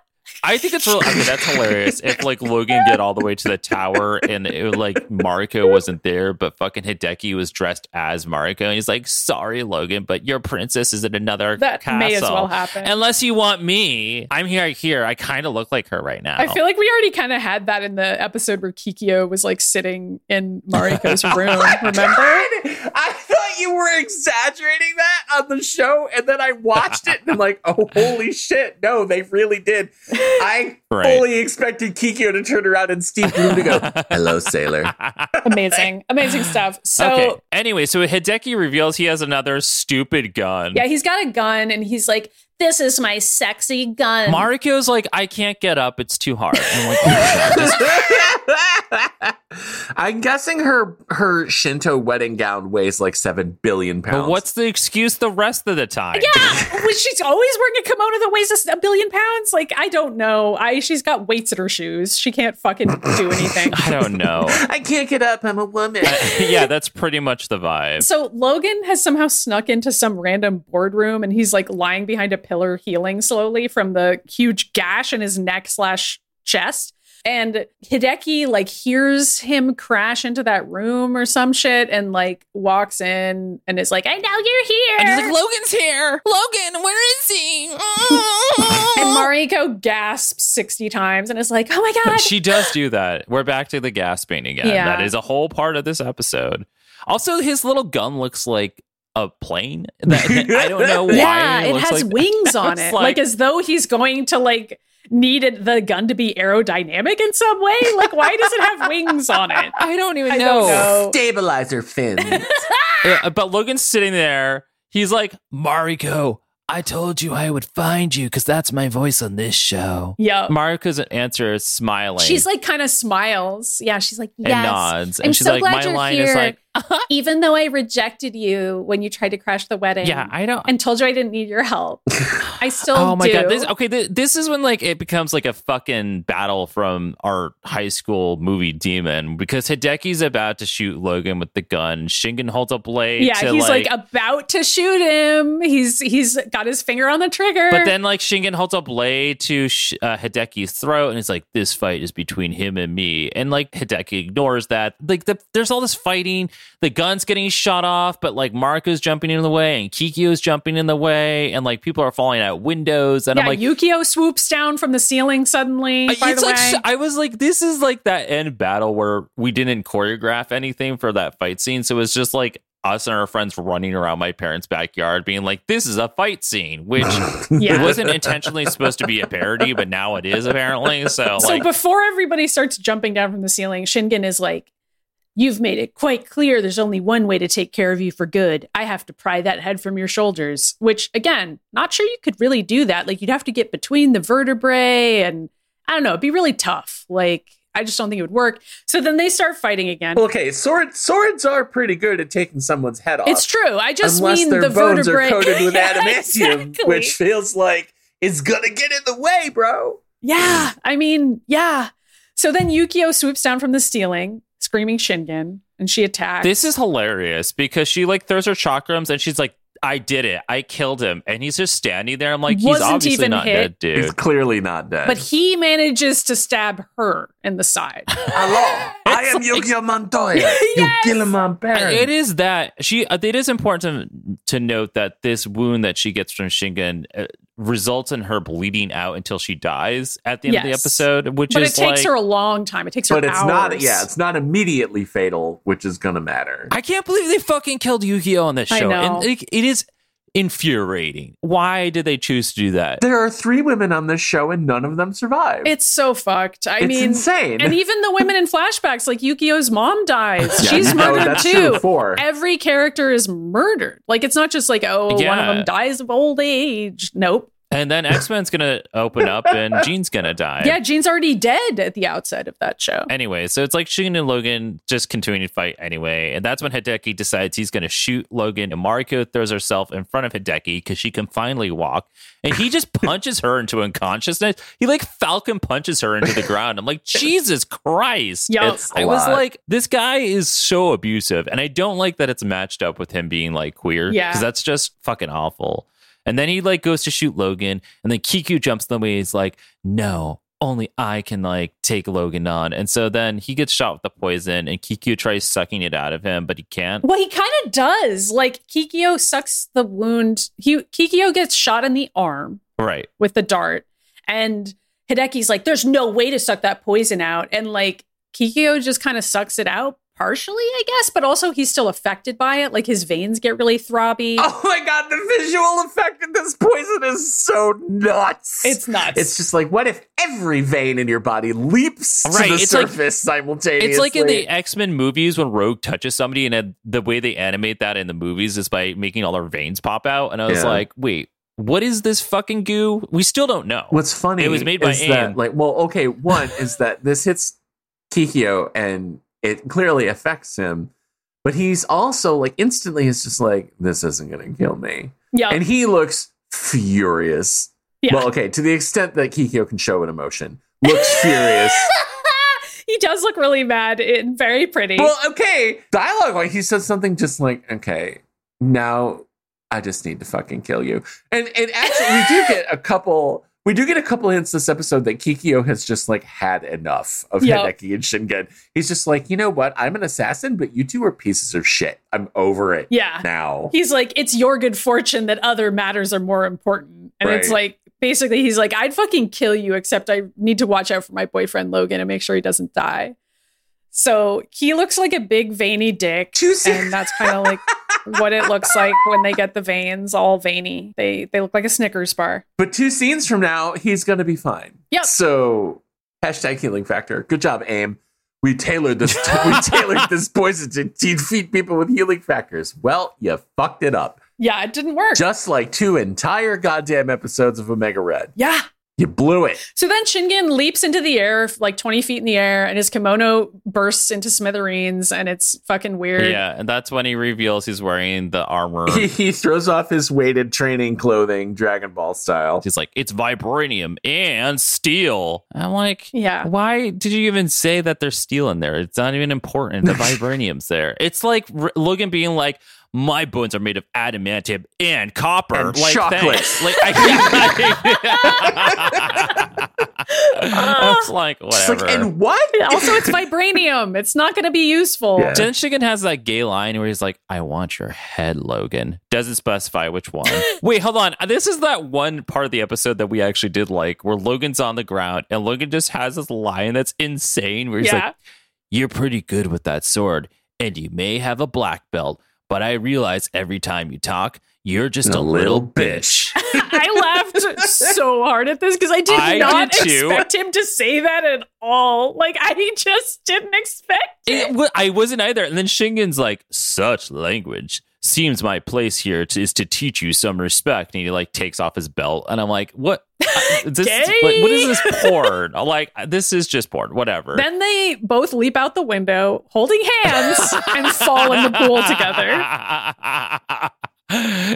I think it's real. Okay, that's hilarious. If like Logan get all the way to the tower and it, was, like Mariko wasn't there, but fucking Hideki was dressed as Mariko, and he's like, "Sorry, Logan, but your princess is in another
that
castle.
may as well happen
Unless you want me, I'm here. Here, I kind of look like her right now.
I feel like we already kind of had that in the episode where Kikyo was like sitting in Mariko's room. Remember?
God! I thought you were exaggerating that on the show, and then I watched it and I'm like, oh, holy shit. No, they really did. I
Right.
fully expected Kikyo to turn around and Steve Bloom to go, hello, sailor.
Amazing, amazing stuff. So
okay. Anyway, so Hideki reveals he has another stupid gun.
yeah, he's got a gun and he's like, "This is my sexy gun."
Mariko's like, I can't get up. It's too hard. I'm like, "Oh my God, this
I'm guessing her her Shinto wedding gown weighs like seven billion pounds.
But what's the excuse the rest of the time?
Yeah, was she's always wearing a kimono that weighs a s- a billion pounds? Like I don't know. I she's got weights at her shoes. She can't fucking do anything.
I don't know.
I can't get up. I'm a woman.
yeah, that's pretty much the vibe.
So Logan has somehow snuck into some random boardroom and he's like lying behind a pillar, healing slowly from the huge gash in his neck slash chest. And Hideki like hears him crash into that room or some shit and like walks in and is like, I know you're here.
And he's like, Logan's here. Logan, where is he? Mm.
And Mariko gasps 60 times and is like, oh my God.
she does do that. We're back to the gasping again.
Yeah.
That is a whole part of this episode. Also, his little gun looks like a plane. That- I don't know why.
yeah, it,
looks
has
like
wings on
It's
it.
like-
Like, as though he's going to like need it, the gun to be aerodynamic in some way. Like why does it have wings on it?
I don't even
I
know.
don't know.
Stabilizer fin.
Yeah, uh, but Logan's sitting there. He's like, Mariko, I told you I would find you because that's my voice on this show.
Yeah.
Mariko's answer is smiling.
She's like kind of smiles. Yeah, she's like,
and
yes.
nods. And
I'm
she's
so
like,
glad
my
you're
line is
here.
like, "Uh-huh."
Even though I rejected you when you tried to crash the wedding.
yeah, I don't.
and told you I didn't need your help. I still
oh my
do.
god! This, okay, th- this is when like it becomes like a fucking battle from our high school movie demon because Hideki's about to shoot Logan with the gun. Shingen holds a blade.
yeah,
to,
he's like, about to shoot him. He's he's got his finger on the trigger.
But then, like, Shingen holds a blade to Sh- uh, Hideki's throat and it's like, this fight is between him and me. And, like, Hideki ignores that. Like, the, there's all this fighting. The gun's getting shot off, but, like, Marco's jumping in the way and Kikyo's jumping in the way. And, like, people are falling out windows. And
yeah,
I'm like, "Uh,
Yukio swoops down from the ceiling suddenly. by
it's
the
like
way.
sh- I was like, this is like that end battle where we didn't choreograph anything for that fight scene, so it was just like us and our friends running around my parents' backyard, being like, "This is a fight scene," which
Yeah.
it wasn't intentionally supposed to be a parody, but now it is apparently. So,
so
like,
before everybody starts jumping down from the ceiling, Shingen is like, You've made it quite clear there's only one way to take care of you for good. I have to pry that head from your shoulders, which, again, not sure you could really do that. Like, you'd have to get between the vertebrae, and I don't know, it'd be really tough. Like, I just don't think it would work. So then they start fighting again.
okay, swords swords are pretty good at taking someone's head off.
it's true. I just
uh, unless
mean
their
the
bones
vertebrae.
are coated with
Yeah,
adamantium,
exactly.
which feels like it's gonna get in the way, bro.
Yeah, I mean, yeah. So then Yukio swoops down from the ceiling, screaming Shingen, and she attacks.
this is hilarious because she like throws her chakrams and she's like, "I did it, I killed him," and he's just standing there. I'm like, he's
Wasn't
obviously
even
not
hit.
dead, dude.
clearly not dead.
but he manages to stab her in the side.
Hello, I am Yu-Gi-Oh Montoya. You kill him on
And
parent.
It is that she. uh, It is important to, to note that this wound that she gets from Shingen uh, results in her bleeding out until she dies at the end of the
Yes.
episode, which
but it
is
takes
like.
her a long time. It takes her
but it's
hours.
not. Yeah, it's not immediately fatal, which is gonna matter.
I can't believe they fucking killed Yu-Gi-Oh on this show.
I know.
And it, it is infuriating. Why did they choose to do that?
There are three women on this show, and none of them survive.
It's so fucked. I
It's
mean,
insane.
and even the women in flashbacks, like Yukio's mom dies.
Yeah,
She's
no,
murdered
that's
too.
true, four.
Every character is murdered. Like it's not just like oh, one
Yeah.
of them dies of old age. Nope.
And then X-Men's gonna open up, and Jean's gonna die.
yeah, Jean's already dead at the outset of that show.
Anyway, so it's like Shingen and Logan just continuing to fight anyway. And that's when Hideki decides he's going to shoot Logan. And Mariko throws herself in front of Hideki because she can finally walk. And he just punches her into unconsciousness. He like Falcon punches her into the ground. I'm like, Jesus Christ.
Yeah.
It's- I was
A lot.
like, this guy is so abusive. And I don't like that it's matched up with him being like queer.
Yeah.
Because that's just fucking awful. And then he like goes to shoot Logan, and then Kiku jumps in the way. He's like, "No, only I can like take Logan on." And so then he gets shot with the poison, and Kiku tries sucking it out of him, but he can't.
Well, he kind of does. Like Kikyo sucks the wound. He Kikyo gets shot in the arm
Right?
with the dart, and Hideki's like, "There's no way to suck that poison out," and like Kikyo just kind of sucks it out partially, I guess, but also he's still affected by it. Like his veins get really throbby.
oh my god, the visual effect of this poison is so nuts.
It's nuts.
It's just like, what if every vein in your body leaps
Right,
to the
it's like-
surface simultaneously?
It's like in the X Men movies when Rogue touches somebody, and it- the way they animate that in the movies is by making all their veins pop out. And I was
Yeah.
like, "Wait, what is this fucking goo? We still don't know."
What's funny
It was made by
is that,
AIM.
like, well, okay, one is that this hits Kikyo and it clearly affects him. But he's also like instantly is just like, this isn't gonna kill me.
Oh.
Yeah.
And he looks furious.
Yeah.
Well, okay, to the extent that Kikyo can show an emotion. Looks furious.
he does look really mad and very pretty.
well, okay. Dialogue like he said something just like, okay, now I just need to fucking kill you. And and actually we do get a couple we do get a couple hints this episode that Kikyo has just like had enough of
Yeah.
Hideki and Shingen. He's just like, you know what? I'm an assassin, but you two are pieces of shit. I'm over it
yeah.
now.
He's like, it's your good fortune that other matters are more important. And it's
Right.
like, basically, he's like, I'd fucking kill you, except I need to watch out for my boyfriend, Logan, and make sure he doesn't die. So he looks like a big, veiny dick.
Too soon.
And that's kind of like what it looks like when they get the veins all veiny. They, they look like a Snickers bar.
But two scenes from now, he's gonna be fine.
Yep.
So hashtag healing factor. Good job, AIM. We tailored this. we tailored this poison to defeat people with healing factors. Well, you fucked it up.
Yeah, it didn't work.
Just like two entire goddamn episodes of Omega Red.
yeah.
You blew it.
So then Shingen leaps into the air, like 20 feet in the air, and his kimono bursts into smithereens, and it's fucking weird.
Yeah, and that's when he reveals he's wearing the armor.
He, he throws off his weighted training clothing, Dragon Ball style.
he's like, it's vibranium and steel. I'm like,
Yeah.
Why did you even say that there's steel in there? It's not even important. The vibranium's there. It's like R- Logan being like, my bones are made of adamantium and copper.
And
like,
chocolate.
thanks. Like, I, I was like,
Just
whatever.
like, and what?
Also, it's vibranium. It's not going to be useful.
Yeah.
Then Shigen has that gay line where he's like, I want your head, Logan. Doesn't specify which one. Wait, hold on. This is that one part of the episode that we actually did like where Logan's on the ground and Logan just has this line that's insane where he's
Yeah.
like, You're pretty good with that sword, and you may have a black belt, but I realize every time you talk, you're just a, little bitch.
I laughed so hard at this because I did
I
not
did too.
expect him to say that at all. Like, I just didn't expect
It
it.
wa- I wasn't either. And then Shingen's like, such language. Seems my place here to, is to teach you some respect. And he like takes off his belt. And I'm like, what? I- this,
Gay?
like, what is this porn? I'm like, this is just porn. Whatever.
Then they both leap out the window holding hands and fall in the pool together.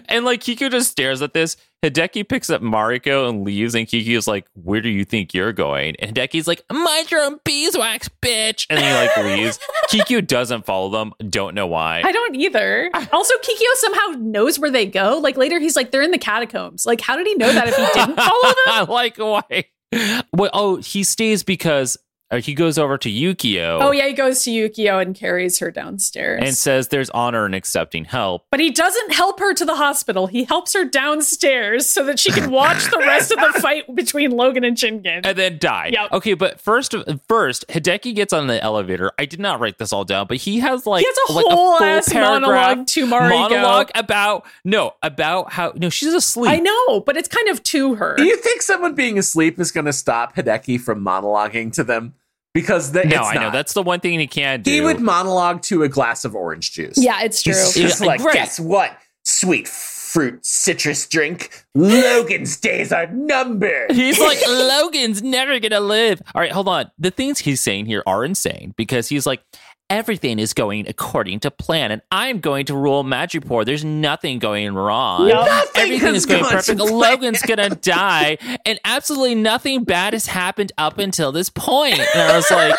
and like Kiko just stares at this. Hideki picks up Mariko and leaves, and Kiko's like, "Where do you think you're going?" And Hideki's like, "Mind your own beeswax, bitch!" And then he like leaves. Kiko doesn't follow them. Don't know why.
I don't either. Also, Kikyo somehow knows where they go. Like, later he's like, they're in the catacombs. Like, how did he know that if he didn't follow them?
like why? Well, oh, he stays because uh, he goes over to Yukio
Oh, yeah, he goes to Yukio and carries her downstairs.
and says there's honor in accepting help.
But he doesn't help her to the hospital. He helps her downstairs so that she can watch the rest of the fight between Logan and Shingen.
And then die.
Yep.
Okay, but first, of- first Hideki gets on the elevator. I did not write this all down, but he has like
He has a
like
whole
full
ass
paragraph
monologue to Mariko.
monologue about no about how no she's asleep.
I know, but it's kind of to her.
Do you think someone being asleep is going to stop Hideki from monologuing to them? Because the,
No,
it's
I know
not.
that's the one thing he can't do.
He would monologue to a glass of orange juice.
Yeah, it's true.
He's just
Yeah,
like,
great.
guess what? Sweet fruit citrus drink. Logan's days are numbered.
He's like, Logan's never gonna live. All right, hold on. The things he's saying here are insane because he's like, everything is going according to plan, and I'm going to rule Madripoor. There's nothing going wrong.
Yup.
Nothing
Everything
has
is going
gone to
perfect.
plan.
Logan's gonna die, and absolutely nothing bad has happened up until this point. And I was like,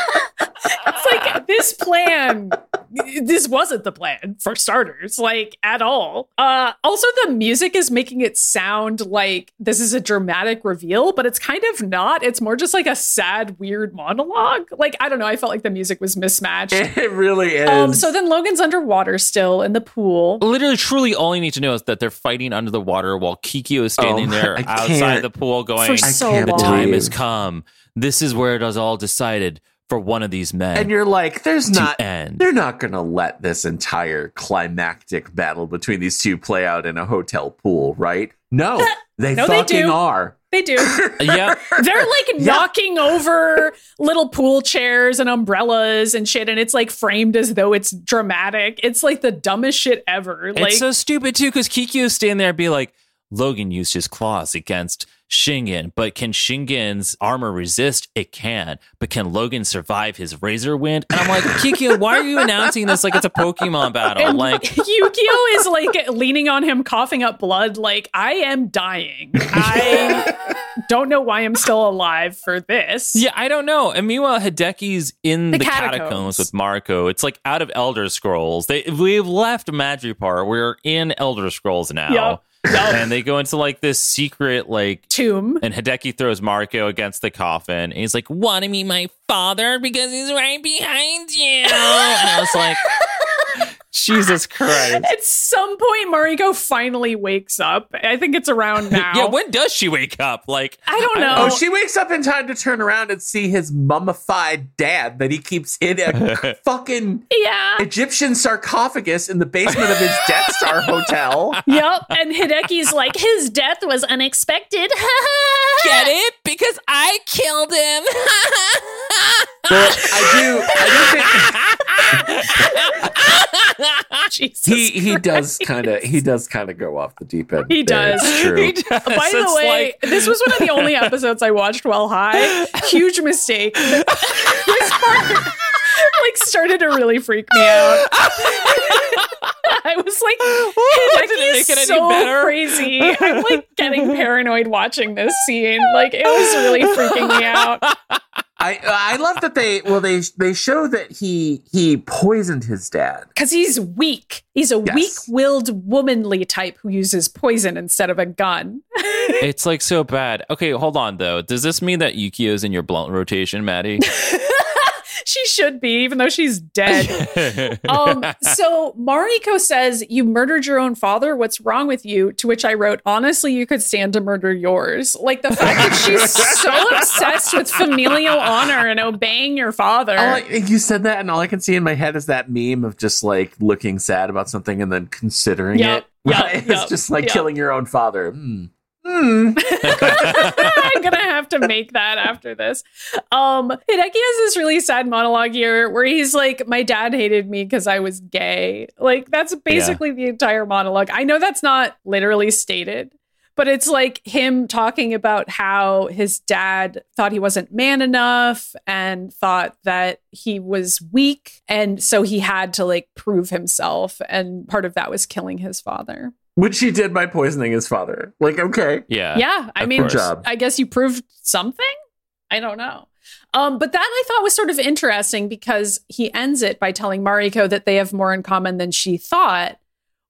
It's like this plan. This wasn't the plan for starters, like at all. Uh, also, the music is making it sound like this is a dramatic reveal, but it's kind of not. It's more just like a sad, weird monologue. Like I don't know. I felt like the music was mismatched.
It really is.
Um, so then Logan's underwater still in the pool.
literally, truly, all you need to know is that they're fighting under the water while Kikyo is standing
Oh,
there
I can't.
outside the pool going,
for so
can't
long.
The time
Believe.
has come. This is where it is all decided for one of these men
and you're like, there's
to
not.
end.
They're not going to let this entire climactic battle between these two play out in a hotel pool, right? No, they
No, they
fucking
do.
are.
They do.
yeah,
They're like knocking over little pool chairs and umbrellas and shit, and it's like framed as though it's dramatic. It's like the dumbest shit ever. Like
it's so stupid too because Kikyo stand there and be like, Logan used his claws against Shingen, but can Shingen's armor resist? It can. But can Logan survive his razor wind? And I'm like, Kikyo, why are you announcing this like it's a Pokemon battle?
And
like,
Yukio is like leaning on him, coughing up blood, like, I am dying. I don't know why I'm still alive for this.
Yeah, I don't know. And meanwhile, Hideki's in the,
The
catacombs.
catacombs.
with Marco. It's like out of Elder Scrolls. They we've left Madripoor. We're in Elder Scrolls now.
Yup.
And they go into like this secret like
Tomb.
and Hideki throws Marco against the coffin and he's like, Wanna meet my father because he's right behind you. and I was like, Jesus Christ.
At some point, Mariko finally wakes up. I think it's around now.
Yeah, when does she wake up? Like
I don't know.
Oh, she wakes up in time to turn around and see his mummified dad that he keeps in a fucking
yeah.
Egyptian sarcophagus in the basement of his Death Star hotel.
Yep. And Hideki's like, his death was unexpected.
get it? Because I killed him.
But I do, I
Jesus.
do think he he does kind of he does kind of go off the deep end.
He
there. It's
does.
true.
He does.
By the
It's
way,
like-
this was one of the only episodes I watched while high. Huge mistake. this part like started to really freak me out. I was like,
did it
Hideki's
make it any
so
better?
crazy. I'm like getting paranoid watching this scene. Like it was really freaking me out.
I I love that they well they they show that he he poisoned his dad.
Because he's weak. He's a
Yes.
weak-willed, womanly type who uses poison instead of a gun.
it's like so bad. Okay, hold on though. Does this mean that Yukio's in your blunt rotation, Maddie?
She should be, even though she's dead. um, so Mariko says, You murdered your own father. What's wrong with you? To which I wrote, Honestly, you could stand to murder yours. Like the fact that she's so obsessed with familial honor and obeying your father.
All I, you said that, and all I can see in my head is that meme of just like looking sad about something and then considering
Yep,
it.
yep,
it's
yep,
just like
yep.
killing your own father. Mm. Mm.
I'm gonna have to make that after this. Um, Hideki has this really sad monologue here where he's like, "My dad hated me because I was gay." Like that's basically the entire monologue. I know that's not literally stated, but it's like him talking about how his dad thought he wasn't man enough and thought that he was weak, and so he had to like prove himself, and part of that was killing his father.
Which he did by poisoning his father. Like, okay.
yeah.
Yeah, I
Of
mean,
course.
Good job.
I guess you proved something. I don't know. Um, but that I thought was sort of interesting because he ends it by telling Mariko that they have more in common than she thought,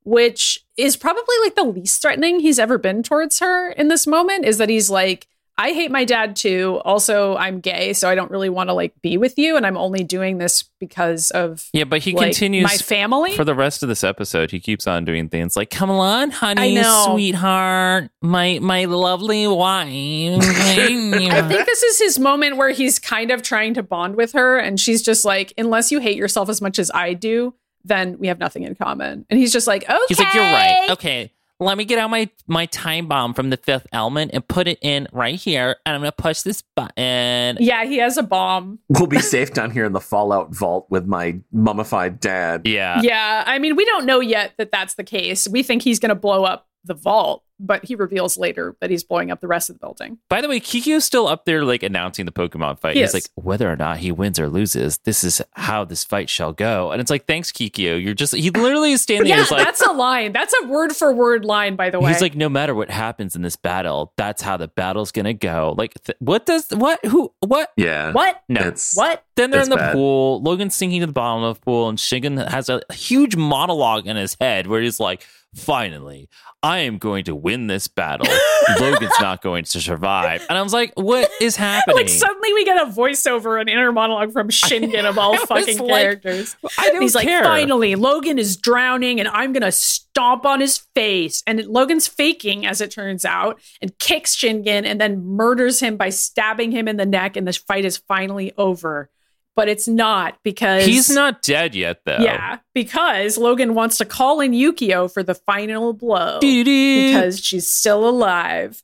which is probably like the least threatening he's ever been towards her in this moment is that he's like, I hate my dad too. Also, I'm gay, so I don't really want to like be with you. And I'm only doing this because of
Yeah, but he
like,
continues
my family.
for the rest of this episode. He keeps on doing things like, "Come on, honey,
I know.
sweetheart, my my lovely wife."
I think this is his moment where he's kind of trying to bond with her, and she's just like, "Unless you hate yourself as much as I do, then we have nothing in common." And he's just like, "Okay."
He's like, "You're right. Okay, let me get out my my time bomb from the Fifth Element and put it in right here, and I'm gonna push this button."
Yeah, he has a bomb.
We'll be safe down here in the Fallout vault with my mummified dad.
Yeah.
yeah, I mean, we don't know yet that that's the case. We think he's going to blow up the vault, but he reveals later that he's blowing up the rest of the building.
By the way, Kikyo's still up there, like announcing the Pokemon fight.
Yes.
He's like, whether or not he wins or loses, this is how this fight shall go. And it's like, thanks, Kikyo. You're just he literally is standing there.
yeah,
He's like,
that's a line. That's a word for word line, by the way.
he's like, no matter what happens in this battle, that's how the battle's gonna go. Like, th- what does what who what?
Yeah.
"What?
No.
It's-
What?"
then they're in
it's
the
bad.
pool. Logan's sinking to the bottom of the pool, and Shingen has a huge monologue in his head where he's like, "Finally, I am going to win this battle. Logan's not going to survive." And I was like, "What is happening?"
Like suddenly we get a voiceover, an inner monologue from Shingen of all
I was
fucking
like,
characters.
I don't
he's
care.
like, finally, Logan is drowning, and I'm gonna stomp on his face. And Logan's faking, as it turns out, and kicks Shingen, and then murders him by stabbing him in the neck. And the fight is finally over, but it's not because
He's not dead yet, though.
Yeah, because Logan wants to call in Yukio for the final blow
Doo-doo.
because she's still alive.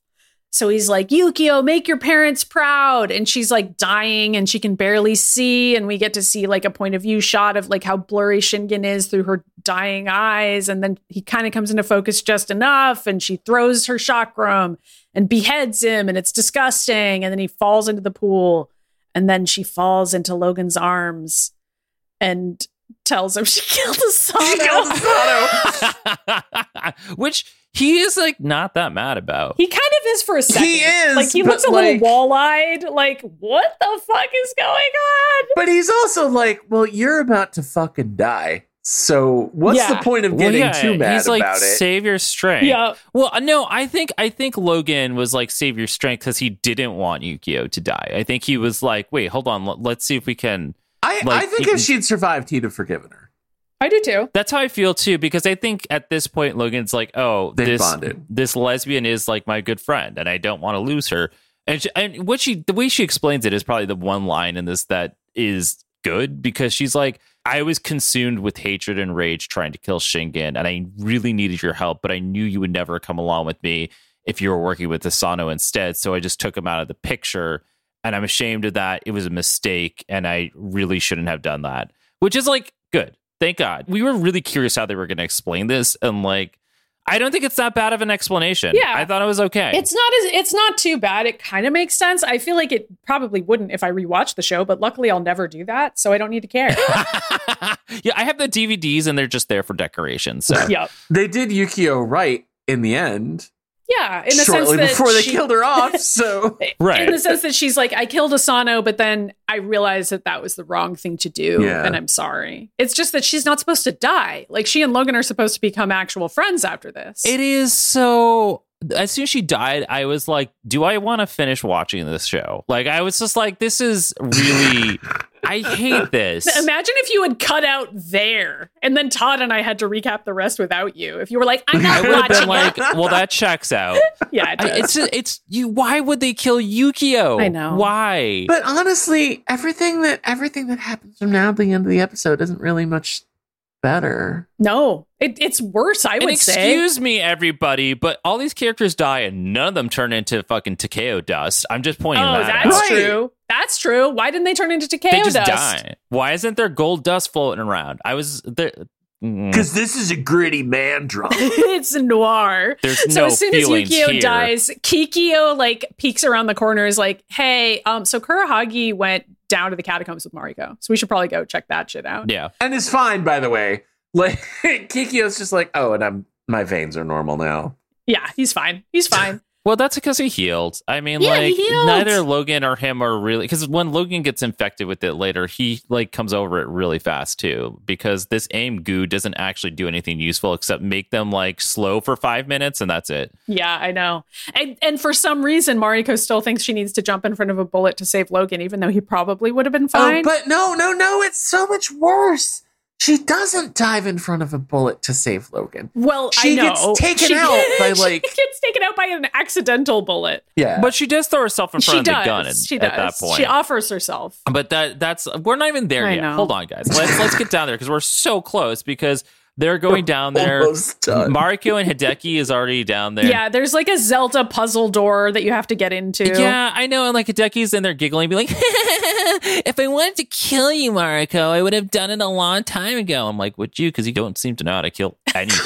So he's like, Yukio, make your parents proud. And she's like dying and she can barely see. And we get to see like a point of view shot of like how blurry Shingen is through her dying eyes. And then he kind of comes into focus just enough. And she throws her chakram and beheads him. And it's disgusting. And then he falls into the pool. And then she falls into Logan's arms and tells him she killed Asano.
killed Asano.
Which he is like not that mad about.
He kind of is for a second.
He is,
Like he
but,
looks a
like-
little wall-eyed. Like what the fuck is going on?
But he's also like, well, you're about to fucking die. So what's
Yeah.
the point of
Well,
getting
yeah,
too mad
he's like
about it?
save your strength.
Yeah.
Well, uh, no, I think I think Logan was like save your strength because he didn't want Yukio to die. I think he was like, wait, hold on, let- let's see if we can.
I, I
like,
think
you-
if she'd survived, he'd have forgiven her.
I do too.
That's how I feel too, because I think at this point Logan's like, oh,
They
this
bonded.
this lesbian is like my good friend, and I don't want to lose her. And, she, and what she the way she explains it is probably the one line in this that is good because she's like, I was consumed with hatred and rage trying to kill Shingen, and I really needed your help, but I knew you would never come along with me if you were working with Asano instead. So I just took him out of the picture, and I'm ashamed of that. It was a mistake, and I really shouldn't have done that which is like good. Thank God. We were really curious how they were going to explain this, and like, I don't think it's that bad of an explanation.
Yeah.
I thought it was okay.
It's not as it's not too bad. It kind of makes sense. I feel like it probably wouldn't if I rewatched the show, but luckily I'll never do that, so I don't need to care.
yeah, I have the DVDs, and they're just there for decoration. So
yep.
They did Yukio right in the end,
Yeah. In the
shortly
sense that
before they
she-
killed her off. So
In the sense that she's like, I killed Asano, but then I realized that that was the wrong thing to do,
Yeah.
and I'm sorry. It's just that she's not supposed to die. Like she and Logan are supposed to become actual friends after this.
It is so. As soon as she died, I was like, "Do I want to finish watching this show?" Like, I was just like, "This is really." I hate this.
Imagine if you had cut out there, and then Todd and I had to recap the rest without you. If you were like, "I'm
I
not
would
watching,"
have been
it.
like, "Well, that checks out."
yeah, it
I,
does.
it's it's you. Why would they kill Yukio?
I know.
why.
But honestly, everything that everything that happens from now to the end of the episode isn't really much better.
no, it, it's worse. I
And
would say.
excuse me, everybody, but all these characters die and none of them turn into fucking Takeo dust. I'm just pointing
Oh,
that
that's
out.
Right.
true. That's true. Why didn't they turn into Takeo
They just
dust?
die. Why isn't there gold dust floating around? I was there. mm,
this is a gritty man drama.
it's noir.
There's
So
no
as soon as
feelings
Yukio
here.
dies, Kikyo like peeks around the corner is like, "Hey, um, so Kurahagi went down to the catacombs with Mariko, so we should probably go check that shit out."
Yeah.
and it's fine, by the way. Like Kikyo's just like, oh, and I'm my veins are normal now.
Yeah, he's fine. He's fine.
Well, that's because he healed. I mean,
Yeah,
like
he healed.
neither Logan or him are really because when Logan gets infected with it later, he like comes over it really fast too. Because this aim goo doesn't actually do anything useful except make them like slow for five minutes and that's it.
yeah, I know. And and for some reason, Mariko still thinks she needs to jump in front of a bullet to save Logan, even though he probably would have been
Oh,
fine.
but no, no, no, it's so much worse. She doesn't dive in front of a bullet to save Logan.
well,
She
I know.
gets taken out by, like-
she gets taken out by an accidental bullet.
Yeah.
But she does throw herself in
Uh,
front
she
of
does.
the gun at,
she does.
at that point.
She offers herself.
but that that's we're not even there
I
yet.
know.
Hold on, guys. Let's let's get down there because we're so close because they're going down there.
Almost done.
Mariko and Hideki is already down there.
Yeah, there's like a Zelda puzzle door that you have to get into.
Yeah, I know. And like Hideki's in there giggling, be like, if I wanted to kill you, Mariko, I would have done it a long time ago. I'm like, would you? Because you don't seem to know how to kill anyone.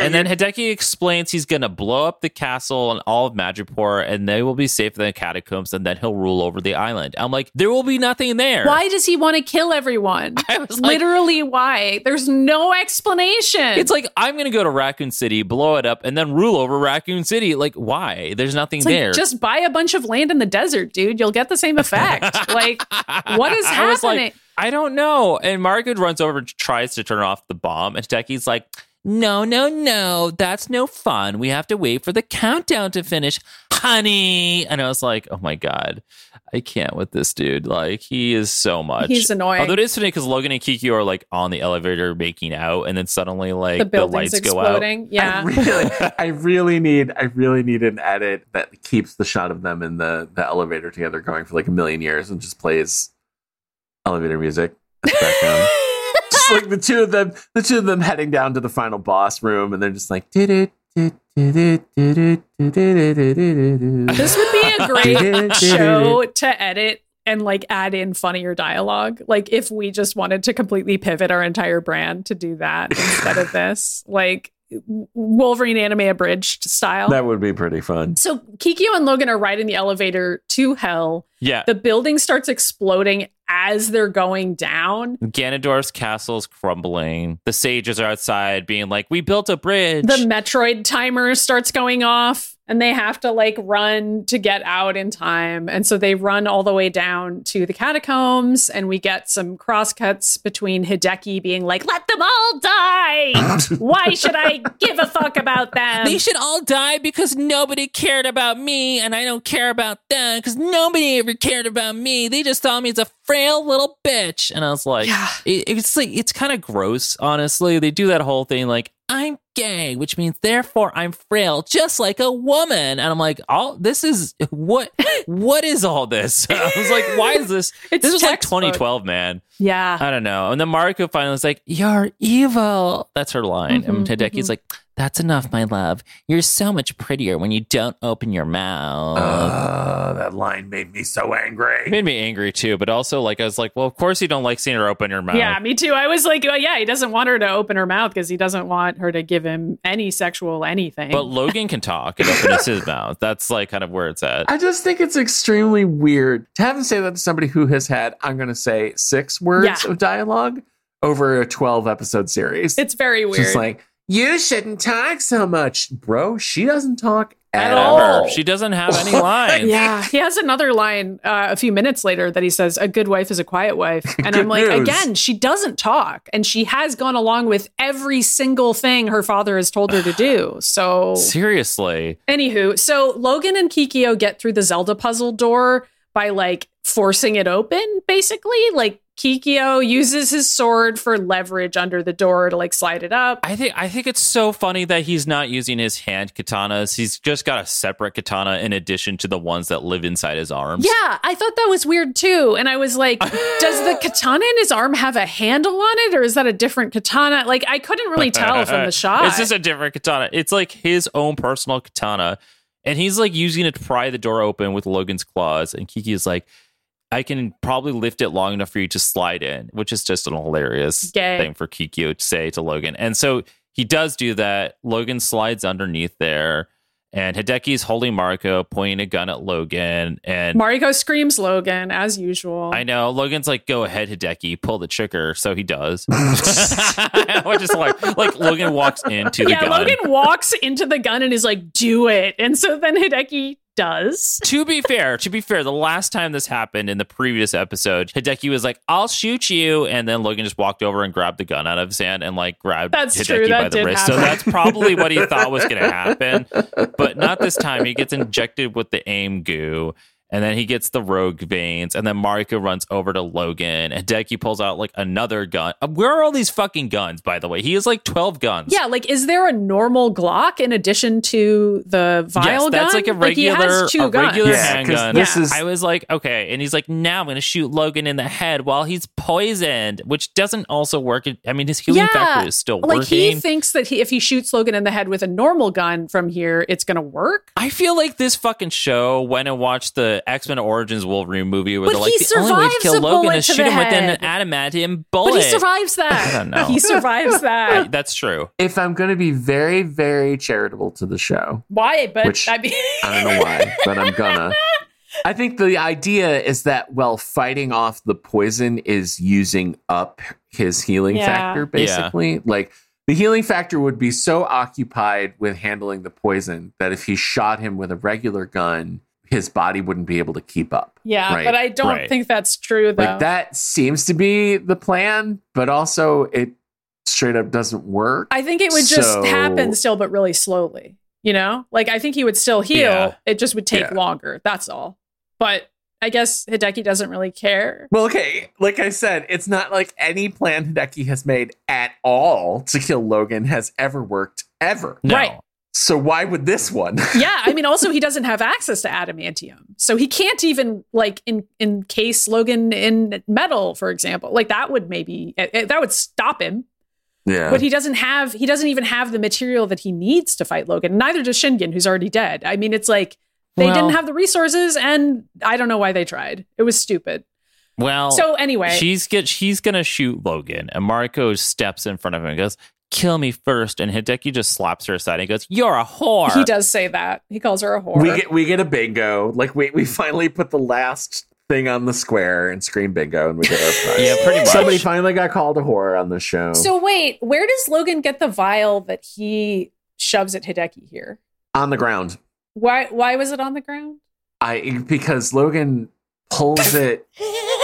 and then Hideki explains he's going to blow up the castle and all of Madripoor, and they will be safe in the catacombs, and then he'll rule over the island. I'm like, there will be nothing there.
Why does he want to kill everyone?
I was like-
Literally, why? There's no explanation.
It's like I'm gonna go to Raccoon City, blow it up, and then rule over Raccoon City. Like, why? There's nothing
It's like,
there.
just buy a bunch of land in the desert, dude. You'll get the same effect. like, what is
I was
happening?
like, I don't know. And Margaret runs over, and tries to turn off the bomb, and Decky's like, "No, no, no, that's no fun. We have to wait for the countdown to finish, honey." And I was like, "Oh my god, I can't with this dude. Like, he is so much.
He's annoying.
Although it is funny because Logan and Kiki are like on the elevator making out, and then suddenly like
the
the,
building's
lights
exploding.
I
Yeah.
really, I really need, I really need an edit that keeps the shot of them in the the elevator together going for like a million years and just plays elevator music as background. just like the two of them, the two of them heading down to the final boss room, and they're just like, did it,
This would be a great show to edit and like add in funnier dialogue. Like if we just wanted to completely pivot our entire brand to do that instead of this, like w- Wolverine anime abridged style.
That would be pretty fun.
so Kikyo and Logan are riding the elevator to hell.
Yeah.
The building starts exploding as they're going down.
Ganondorf's castle's crumbling. The sages are outside being like, We built a bridge.
The Metroid timer starts going off and they have to like run to get out in time. And so they run all the way down to the catacombs and we get some crosscuts between Hideki being like, let them all die. Why should I give a fuck about them?
they should all die because nobody cared about me and I don't care about them because nobody ever cared about me. They just saw me as a frail little bitch. And I was like,
Yeah.
it- it's like, it's kind of gross, honestly. They do that whole thing like, I'm gay, which means therefore I'm frail, just like a woman. And I'm like, all this is what, what is all this? I was like, why is this?
It's
this was
textbook.
like 2012, man.
yeah.
I don't know. And then Mariko finally was like, You're evil. That's her line.
Mhm,
and Hideki's like, That's enough, my love. You're so much prettier when you don't open your mouth.
Uh, that line made me so
it
angry.
made me angry too, but also like I was like, Well, of course you don't like seeing her open her mouth.
Yeah, me too. I was like, well, yeah, he doesn't want her to open her mouth because he doesn't want her to give him any sexual anything.
But Logan can talk and open his mouth. That's like kind of where it's at.
I just think it's extremely weird to have him say that to somebody who has had, I'm going to say, six words
Yeah.
of dialogue over a 12 episode series.
it's very
It's
weird.
just like, you shouldn't talk so much. Bro, she doesn't talk at,
At
all.
all.
She doesn't have any lines.
Yeah, he has another line uh, a few minutes later that he says, "A good wife is a quiet wife," and I'm
Good
like,
news.
again, she doesn't talk, and she has gone along with every single thing her father has told her to do. So,
Seriously.
anywho, so Logan and Kikyo get through the Zelda puzzle door by like forcing it open, basically. Like Kikyo uses his sword for leverage under the door to like slide it up.
I think I think it's so funny that he's not using his hand katanas. He's just got a separate katana in addition to the ones that live inside his arms.
Yeah, I thought that was weird too. And I was like, does the katana in his arm have a handle on it or is that a different katana? Like, I couldn't really tell from the shot.
It's just a different katana. It's like his own personal katana. And he's like using it to pry the door open with Logan's claws. And Kiki is like, I can probably lift it long enough for you to slide in, which is just an hilarious
Gay.
thing for Kikyo to say to Logan. And so he does do that. Logan slides underneath there. And Hideki's holding Mariko, pointing a gun at Logan. And
Mariko screams Logan as usual.
I know. Logan's like, go ahead, Hideki, pull the trigger. So he does. Which is like, like Logan walks into the
yeah,
gun.
Logan walks into the gun and is like, do it. And so then Hideki does.
to be fair, to be fair, the last time this happened in the previous episode, Hideki was like, "I'll shoot you," and then Logan just walked over and grabbed the gun out of his hand and like grabbed
That's
Hideki
true,
by
that
the
did
wrist. So
happen.
that's probably what he thought was going to happen, but not this time. He gets injected with the aim goo. And then he gets the rogue veins, and then Mariko runs over to Logan, and Hideki pulls out like another gun. Uh, Where are all these fucking guns, by the way? He has like twelve guns.
Yeah, like, is there a normal Glock in addition to the vial
yes,
gun?
That's like a regular,
he has two
a
guns.
regular
Yeah, 'cause
handgun.
this is-
I was like, okay, and he's like, now I'm going to shoot Logan in the head while he's poisoned, which doesn't also work. I mean, his healing
Yeah,
factor is still
Like,
working.
he thinks that he, if he shoots Logan in the head with a normal gun from here, it's going to work.
I feel like this fucking show went and watched the X Men Origins Wolverine movie where
But
they're like,
he
the only way to
survives a
kill Logan
bullet
is
to
shoot
the
him with
head.
an adamantium bullet.
But he survives that.
I don't know.
He survives that.
That's true.
If I'm going to be very, very charitable to the show,
Why? But
Which-
I mean,
I don't know why, but I'm gonna. I think the idea is that while fighting off the poison is using up his healing
Yeah.
factor, basically. Like the healing factor would be so occupied with handling the poison that if he shot him with a regular gun, his body wouldn't be able to keep up.
yeah,
Right,
but I don't
right.
think that's true though.
Like that seems to be the plan, but also it straight up doesn't work.
I think it would just
So-
happen still, but really slowly. You know, like I think he would still heal.
Yeah.
It just would take
Yeah.
longer. That's all. But I guess Hideki doesn't really care.
Well, okay, like I said, it's not like any plan Hideki has made at all to kill Logan has ever worked ever.
No.
Right.
So why would this one?
yeah, I mean, also he doesn't have access to adamantium, so he can't even like in encase Logan in metal, for example. Like that would maybe eh, eh, that would stop him.
Yeah.
But he doesn't have he doesn't even have the material that he needs to fight Logan. Neither does Shingen, who's already dead. I mean, it's like they
Well-
didn't have the resources, and I don't know why they tried. It was stupid.
Well,
Oh,
so anyway,
she's get she's gonna shoot Logan, and Marco steps in front of him and goes, "Kill me first. And Hideki just slaps her aside and goes, "You're a whore."
he does say that. He calls her a whore.
we get we get a bingo. Like we we finally put the last thing on the square and scream bingo, and we get our prize.
Yeah, pretty much.
Somebody finally got called a horror on this show.
so wait, where does Logan get the vial that he shoves at Hideki here?
on the ground,
Why why was it on the ground?
I because Logan pulls it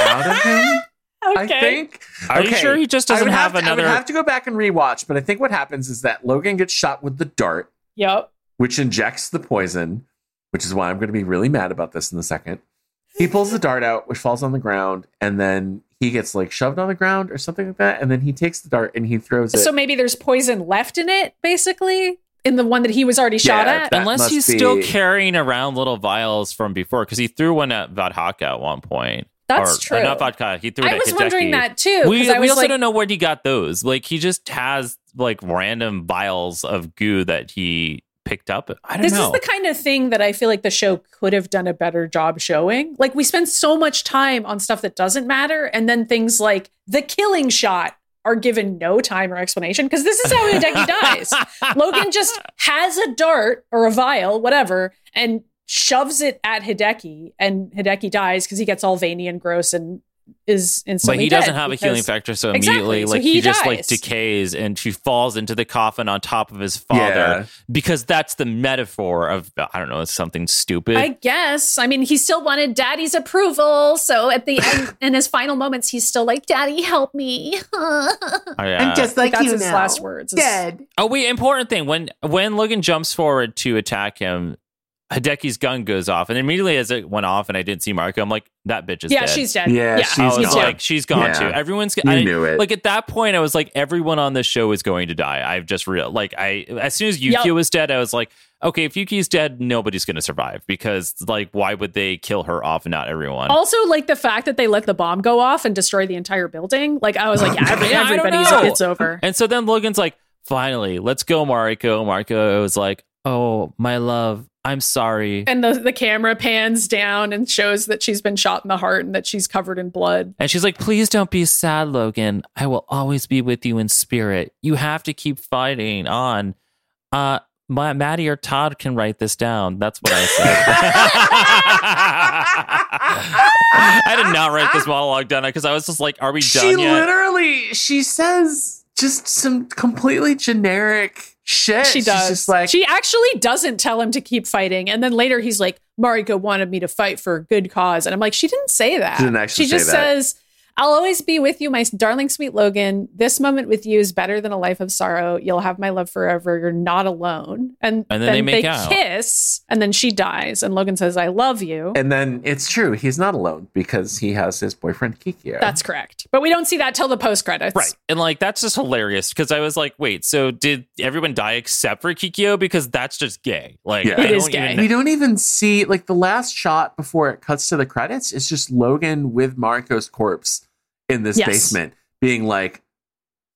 out of him. I think.
Are you
Okay.
sure he just
I
doesn't
would
have,
to-
another?
I would have to go back and rewatch, but I think what happens is that Logan gets shot with the dart,
Yep.
which injects the poison, which is why I'm going to be really mad about this in a second. He pulls the dart out, which falls on the ground, and then he gets like shoved on the ground or something like that. And then he takes the dart and he throws it.
So maybe there's poison left in it, basically, in the one that he was already shot
Yeah,
at.
that
Unless
must
he's still
be-
carrying around little vials from before, because he threw one at Vodhaka at one point.
That's
Or-
true.
Or not Vodka. He threw it
I
at
was
Hideki.
wondering that too.
We,
'cause I
we
was
also
like,
don't know where he got those. Like he just has like random vials of goo that he picked up. I don't
This
know.
is the kind of thing that I feel like the show could have done a better job showing. Like we spend so much time on stuff that doesn't matter, and then things like the killing shot are given no time or explanation because this is how Hideki dies. Logan just has a dart or a vial, whatever, and shoves it at Hideki, and Hideki dies because he gets all veiny and gross and is
but
instantly.
he
dead
doesn't have a healing
because-
factor, so
Exactly,
immediately,
so
like
he
he, just like
dies.
decays, and she falls into the coffin on top of his father
Yeah.
because that's the metaphor of I don't know something stupid.
I guess. I mean, he still wanted daddy's approval. So at the end, in his final moments, he's still like, Daddy, help me.
Yeah.
like That's his last words. Dead.
Oh wait, important thing. When when Logan jumps forward to attack him, Hideki's gun goes off, and immediately as it went off, and I didn't see Marco, I'm like, that bitch is
Yeah,
dead.
she's dead.
Yeah,
yeah.
she's
I was
me too.
like, she's gone
Yeah.
too. Everyone's
You
I,
knew it.
Like at that point, I was like, everyone on this show is going to die. I've just real like I as soon as Yukio
Yup.
was dead, I was like, okay, if Yuki's dead, nobody's going to survive because like why would they kill her off and not everyone?
Also, like the fact that they let the bomb go off and destroy the entire building. Like, I was like, yeah, every-
Yeah, I don't
everybody's,
know.
it's over.
And so then Logan's like, finally, let's go, Mariko. Mariko was like, oh my love, I'm sorry.
And the, the camera pans down and shows that she's been shot in the heart and that she's covered in blood.
And she's like, please don't be sad, Logan. I will always be with you in spirit. You have to keep fighting on. Uh, Ma- Maddie or Todd can write this down. That's what I said. I did not write this monologue down because I was just like, are we done
she
yet?
literally she says just some completely generic shit.
She
She's
does.
just like
she actually doesn't tell him to keep fighting. And then later he's like, Mariko wanted me to fight for a good cause. And I'm like, she didn't say that.
She didn't actually
She
say
just
that.
says, I'll always be with you, my darling sweet Logan. This moment with you is better than a life of sorrow. You'll have my love forever. You're not alone. And,
And then they make out.
kiss. And then she dies. And Logan says, I love you.
and then it's true, he's not alone because he has his boyfriend Kikyo.
That's correct. But we don't see that till the post credits.
Right. And like that's just hilarious because I was like, wait, so did everyone die except for Kikyo? Because that's just gay. Like
Yeah.
I
It
don't
is
even
gay.
know.
we don't even see like the last shot before it cuts to the credits is just Logan with Marco's corpse in this
Yes.
basement being like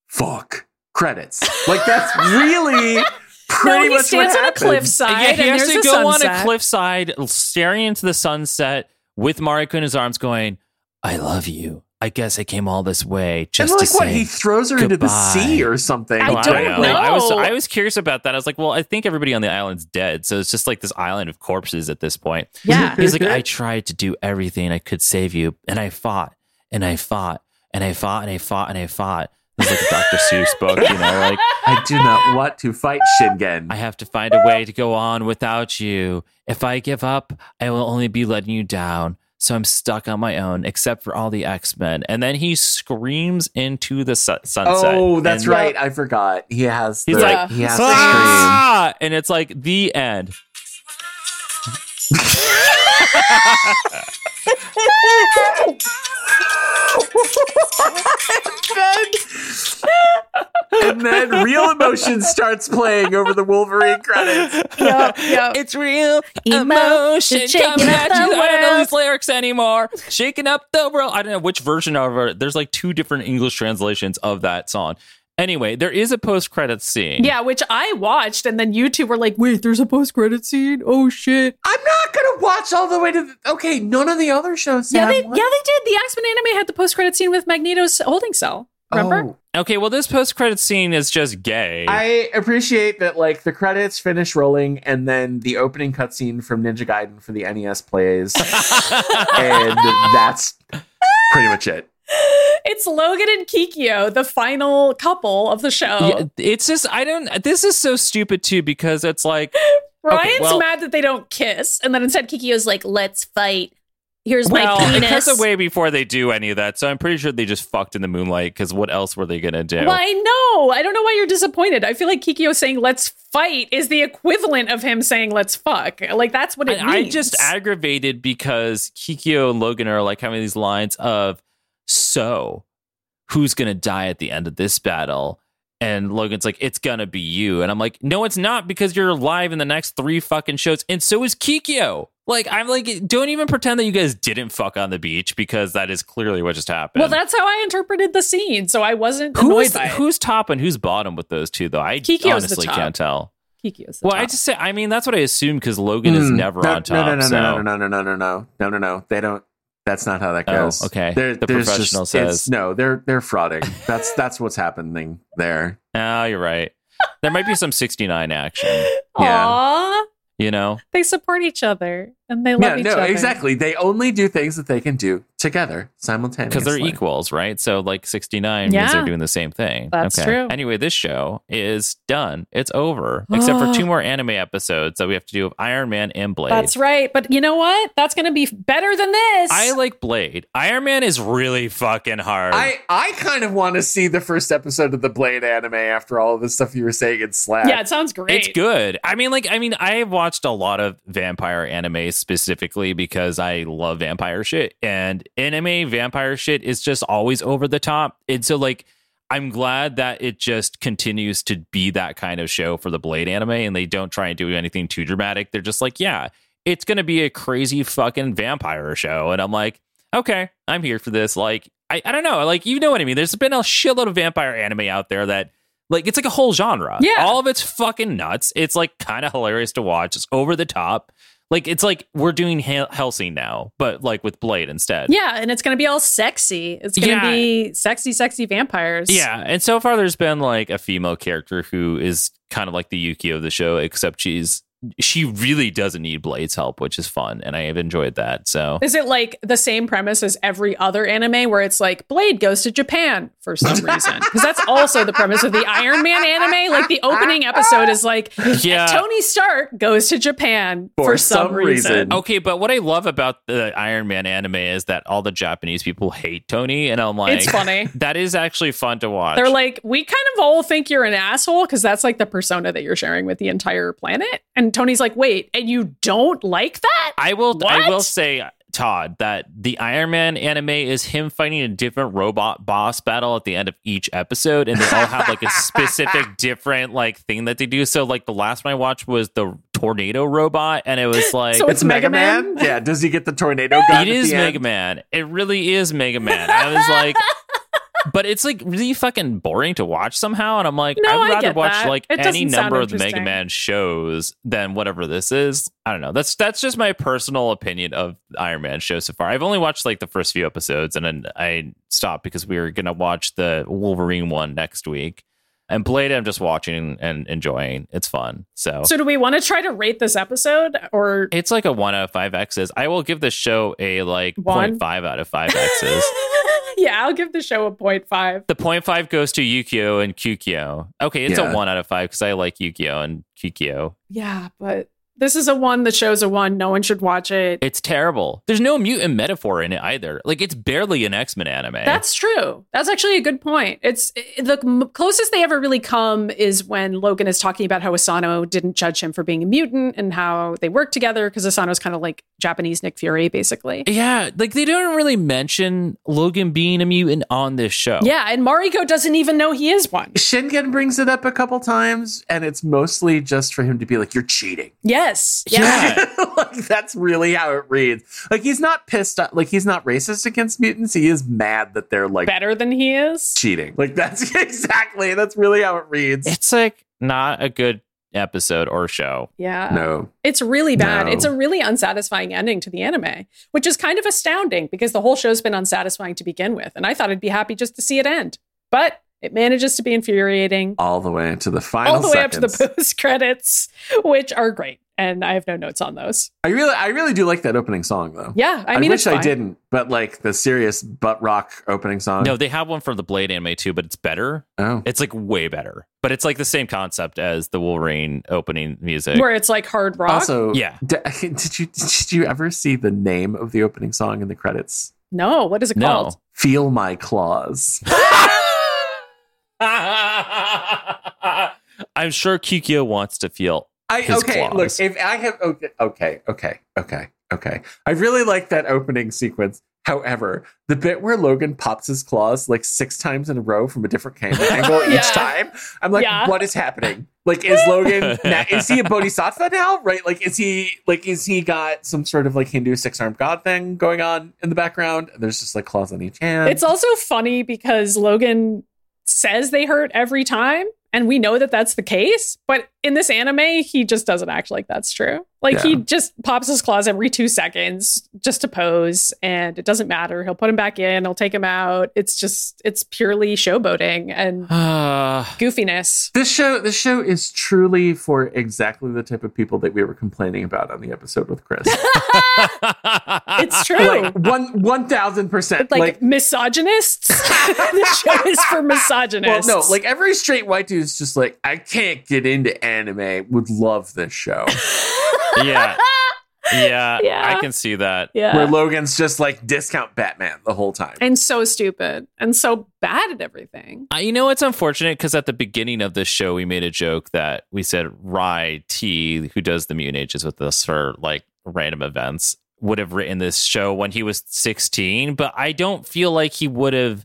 fuck credits. Like that's really
No,
pretty
he
much what
stands on a
happened.
cliffside.
Uh, Yeah, he
and
has
there's
to
a
go on a
sunset.
cliffside, staring into the sunset with Mariko in his arms, going, "I love you. I guess I came all this way just
and
to
like what
say."
he throws her into the sea
goodbye.
or something.
I
Well,
don't know.
I was
know.
I was curious about that. I was like, well, I think everybody on the island's dead, so it's just like this island of corpses at this point.
Yeah.
He's like, I tried to do everything I could save you, and I fought, and I fought, and I fought, and I fought, and I fought. It's like a Dr. Seuss book, you know, like
I do not want to fight Shingen.
I have to find a way to go on without you. If I give up, I will only be letting you down. So I'm stuck on my own, except for all the X Men. And then he screams into the su- sunset.
oh, that's
And
right. I forgot. He has.
He's
the,
like,
he has the
"Ah!" and it's like the end.
scream, and then real emotion starts playing over the Wolverine credits.
Yep, yep.
It's real
Emotion
emotion
shaking
coming
up
at
the
you. I don't know
world.
these lyrics anymore. Shaking up the world. I don't know which version of it. There's like two different English translations of that song. Anyway, there is a post credit scene.
Yeah, which I watched, and then you two were like, "Wait, there's a post credit scene? Oh shit!"
I'm not gonna watch all the way to. The, okay, none of the other shows.
Yeah,
have
they, yeah, they
one.
did. The X Men anime had the post credit scene with Magneto's holding cell. Remember?
Oh.
Okay, well, this post credit scene is just gay.
I appreciate that. Like the credits finish rolling, and then the opening cutscene from Ninja Gaiden for the NES plays, and that's pretty much it.
Oh.
It's Logan and Kikyo, the final couple of the show.
Yeah, it's just I don't. This is so stupid too because it's like
Ryan's
well-
mad that they don't kiss, and then instead Kikyo's like, "Let's fight. Here's
well,
my
it
penis."
cuts away before they do any of that. So I'm pretty sure they just fucked in the moonlight because what else were they gonna do?
Why no? I don't know why you're disappointed. I feel like Kikyo saying "Let's fight" is the equivalent of him saying "Let's fuck." Like that's what it
And I'm
means.
just aggravated because Kikyo and Logan are like having these lines of, so who's going to die at the end of this battle? And Logan's like, it's going to be you. And I'm like, no, it's not because you're alive in the next three fucking shows. And so is Kikyo. Like, I'm like, don't even pretend that you guys didn't fuck on the beach because that is clearly what just happened.
well, that's how I interpreted the scene, so I wasn't
who
annoyed
is
by it.
who's top and who's bottom with those two though? I
Kikyo's the
honestly
top.
can't tell.
Kikyo's the
Well,
top.
I just say, I mean, that's what I assume because Logan is
Hmm.
Mm.
never
no,
on top.
No, no, no,
so.
no, no, no, no, no, no, no, no, no, no. They don't. That's not how that
Oh,
goes.
okay.
There-
The
there's
professional
just, it's-
says.
no. They're they're frauding. That's that's what's happening there.
Oh, you're right. There might be some 69 action,
yeah.
Aw,
you know?
they support each other and they love
Yeah,
each
no,
other.
exactly. They only do things that they can do together simultaneously
Because they're equals, right? So, like 69 means
Yeah.
they're doing the same thing.
That's true.
Anyway, this show is done. It's over, except for two more anime episodes that we have to do of Iron Man and Blade.
That's right. But you know what? That's going to be better than this.
I like Blade. Iron Man is really fucking hard.
I, I kind of want to see the first episode of the Blade anime after all of the stuff you were saying in Slack.
yeah, it sounds great.
It's good. I mean, like, I mean, I have watched a lot of vampire anime specifically because I love vampire shit, and anime vampire shit is just always over the top. And so, like, I'm glad that it just continues to be that kind of show for the Blade anime, and they don't try and do anything too dramatic. They're just like, yeah, it's gonna be a crazy fucking vampire show, and I'm like, okay, I'm here for this. Like, I, I don't know, like, you know what I mean? There's been a shitload of vampire anime out there that. Like it's like a whole genre.
Yeah.
All of it's fucking nuts. It's like kind of hilarious to watch. It's over the top. Like it's like we're doing Hel- Helsing now, but like with Blade instead.
Yeah, and it's going to be all sexy. It's going to
Yeah.
be sexy, sexy vampires.
Yeah, and so far there's been like a female character who is kind of like the Yuki of the show, except she's she really doesn't need Blade's help, which is fun, and I have enjoyed that. So
Is it like the same premise as every other anime where it's like Blade goes to Japan for some reason? Because that's also the premise of the Iron Man anime. Like the opening episode is like
yeah,
Tony Stark goes to Japan for, some, reason.
okay. But what I love about the Iron Man anime is that all the Japanese people hate Tony, and I'm like,
It's funny.
that is actually fun to watch.
They're like, we kind of all think you're an asshole because that's like the persona that you're sharing with the entire planet. And Tony's like, wait, and you don't like that?
I will. I
What?
will say, Todd, that the Iron Man anime is him fighting a different robot boss battle at the end of each episode, and they all have like a specific different like thing that they do. So, like the last one I watched was the tornado robot, and it was like.
So
It's, Mega Man? Yeah, does he get the tornado gun?
it
at
is
the
Mega
end?
Man. It really is Mega Man. I was like, but it's like really fucking boring to watch somehow. And I'm like,
No,
I would
I
rather
get
watch
that.
like
It
any
doesn't sound
number of the Mega
interesting.
Man shows than whatever this is. I don't know. That's that's just my personal opinion of the Iron Man show so far. I've only watched like the first few episodes, and then I stopped because we were gonna watch the Wolverine one next week. And Blade, I'm just watching and enjoying. It's fun.
So do we want to try to rate this episode or
It's like a one out of five X's. I will give this show a like
One?
0.5 out of five X's.
yeah, I'll give the show a point five.
the 0.5 goes to Yukio and Kukio. Okay, it's
Yeah.
a one out of five because I like Yukio and Kukio.
Yeah, but this is a one. The show's a one. No one should watch it.
It's terrible. There's no mutant metaphor in it either. Like it's barely an X Men anime.
That's true. That's actually a good point. It's i- the m- closest they ever really come is when Logan is talking about how Asano didn't judge him for being a mutant and how they work together because Asano's kind of like Japanese Nick Fury, basically.
Yeah, like they don't really mention Logan being a mutant on this show.
Oh.
Yeah, and Mariko doesn't even know he is one.
Shingen brings it up a couple times, and it's mostly just for him to be like, "You're cheating."
Yes. Yeah.
Yeah.
like that's really how it reads. Like he's not pissed. Off, like he's not racist against mutants. He is mad that they're like
Better than he is.
cheating. Like that's exactly. That's really how it reads.
It's like not a good episode or show.
Yeah.
no,
It's really bad.
No.
It's a really unsatisfying ending to the anime, which is kind of astounding because the whole show's been unsatisfying to begin with. And I thought I'd be happy just to see it end. But it manages to be infuriating
all the way to the final.
all the way up to the
seconds.
post credits, which are great. And I have no notes on those.
I really, I really do like that opening song though.
Yeah. I mean,
wish
it's fine.
I didn't, but like the serious butt rock opening song.
No, they have one from the Blade anime too, but it's better.
Oh.
It's like way better. But it's like the same concept as the Wolverine opening music.
Where it's like hard rock.
Also,
Yeah.
d- did you did you ever see the name of the opening song in the credits?
no, what is it
No.
called?
Feel my claws.
I'm sure Kikyo wants to feel.
I
His
okay.
claws.
Look, if I have okay, okay, okay, okay, okay. I really like that opening sequence. However, the bit where Logan pops his claws like six times in a row from a different cam- angle
Yeah.
each time, I'm like,
Yeah.
what is happening? Like, is Logan now, is he a bodhisattva now? Right? Like, is he like is he got some sort of like Hindu six armed god thing going on in the background? And there's just like claws on each hand.
It's also funny because Logan says they hurt every time, and we know that that's the case. But in this anime, he just doesn't act like that's true. Like he
Yeah.
just pops his claws every two seconds just to pose, and it doesn't matter. He'll put him back in, he'll take him out. It's just it's purely showboating and
Uh,
goofiness.
This show, this show is truly for exactly the type of people that we were complaining about on the episode with Chris.
It's true.
like Oh, one one thousand percent.
like, misogynists. the show is for
well,
misogynists.
no, like every straight white dude is just like, I can't get into anime. Would love this show
yeah. yeah.
Yeah.
I can see that.
yeah.
where Logan's just like discount Batman the whole time.
and so stupid and so bad at everything.
Uh, you know, it's unfortunate because at the beginning of this show, we made a joke that we said Rye T, who does the Mutant Ages with us for like random events, would have written this show when he was 16, but I don't feel like he would have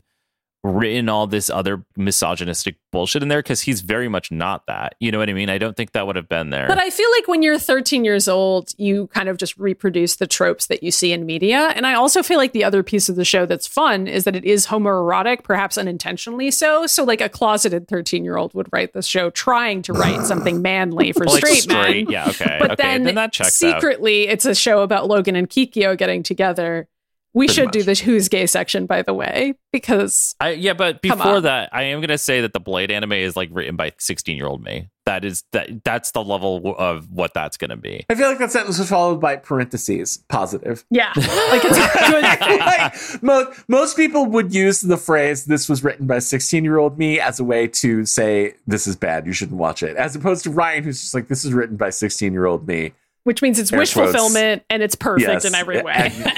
written all this other misogynistic bullshit in there because he's very much not that. You know what I mean? I don't think that would have been there.
But I feel like when you're 13 years old, you kind of just reproduce the tropes that you see in media. And I also feel like the other piece of the show that's fun is that it is homoerotic, perhaps unintentionally so. So, like a closeted 13 year old would write this show trying to write something manly for
Well, like
straight, men.
Yeah. Okay.
But
okay.
then,
that checks out.
secretly, it's a show about Logan and Kikyo getting together. We
Pretty
should do
much.
the Who's Gay section, by the way, because
I, yeah, but
Come
before
on.
that, I am gonna say that the Blade anime is like written by sixteen-year-old me. That is that. That's the level of what that's gonna be.
I feel like that sentence was followed by parentheses positive.
yeah, like it's a good thing.
like, most most people would use the phrase "this was written by sixteen year old me" as a way to say this is bad, you shouldn't watch it, as opposed to Ryan, who's just like, "This is written by sixteen year old me."
which means it's
Air
wish
quotes.
fulfillment and it's perfect
Yes.
in every way.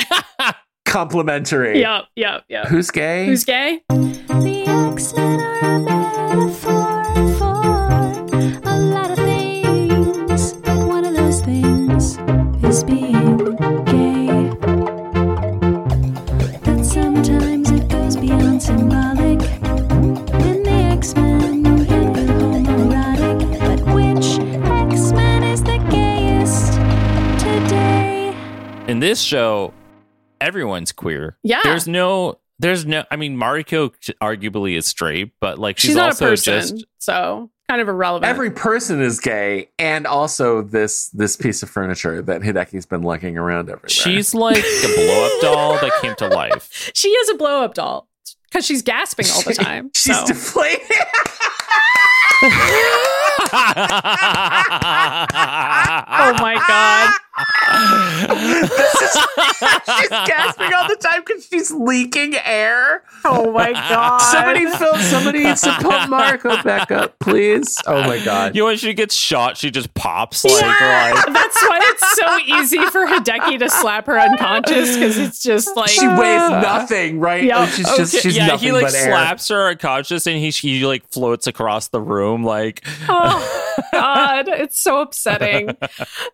Complimentary.
yep, yep, yep.
Who's gay?
Who's gay?
The X-Men are a metaphor for a lot of things, but one of those things is being gay. That sometimes it goes beyond symbolic. In the X-Men, it will homoerotic, but which X-Men is the gayest today?
In this show, everyone's queer.
Yeah.
There's no. There's no. I mean, Mariko arguably is straight, but like she's,
She's, not a
also
person,
just.
so kind of irrelevant.
Every person is gay, and also this this piece of furniture that Hideki's been lugging around everywhere.
She's like a blow-up doll that came to life.
she is a blow up doll because she's gasping all the time.
she's
so.
deflated.
oh my god!
this is, she's gasping all the time because she's leaking air.
Oh my god!
Somebody fill somebody needs to pump Marco back up, please. Oh my god.
You know, when she gets shot, she just pops like, like
That's why it's so easy for Hideki to slap her unconscious because it's just like
she weighs nothing, right?
Yeah.
And she's just
Oh,
she's
yeah,
nothing
he like
but air.
slaps her unconscious, and he she like floats across the room like
oh god it's so upsetting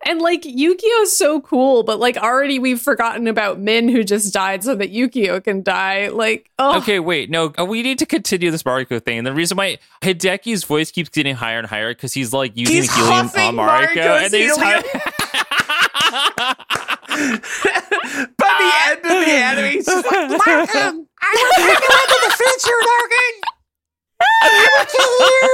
and like yukio's so cool but like already we've forgotten about min who just died so that yukio can die like oh
Okay, wait. No, uh, we need to continue this Mariko thing. And the reason why Hideki's voice keeps getting higher and higher because he's like using
He's
helium on
huffing
Mariko,
Mariko's
and then he's
helium. By the end of the anime, she's like, "Lock him! I will take you into the future, Logan! I will kill you!"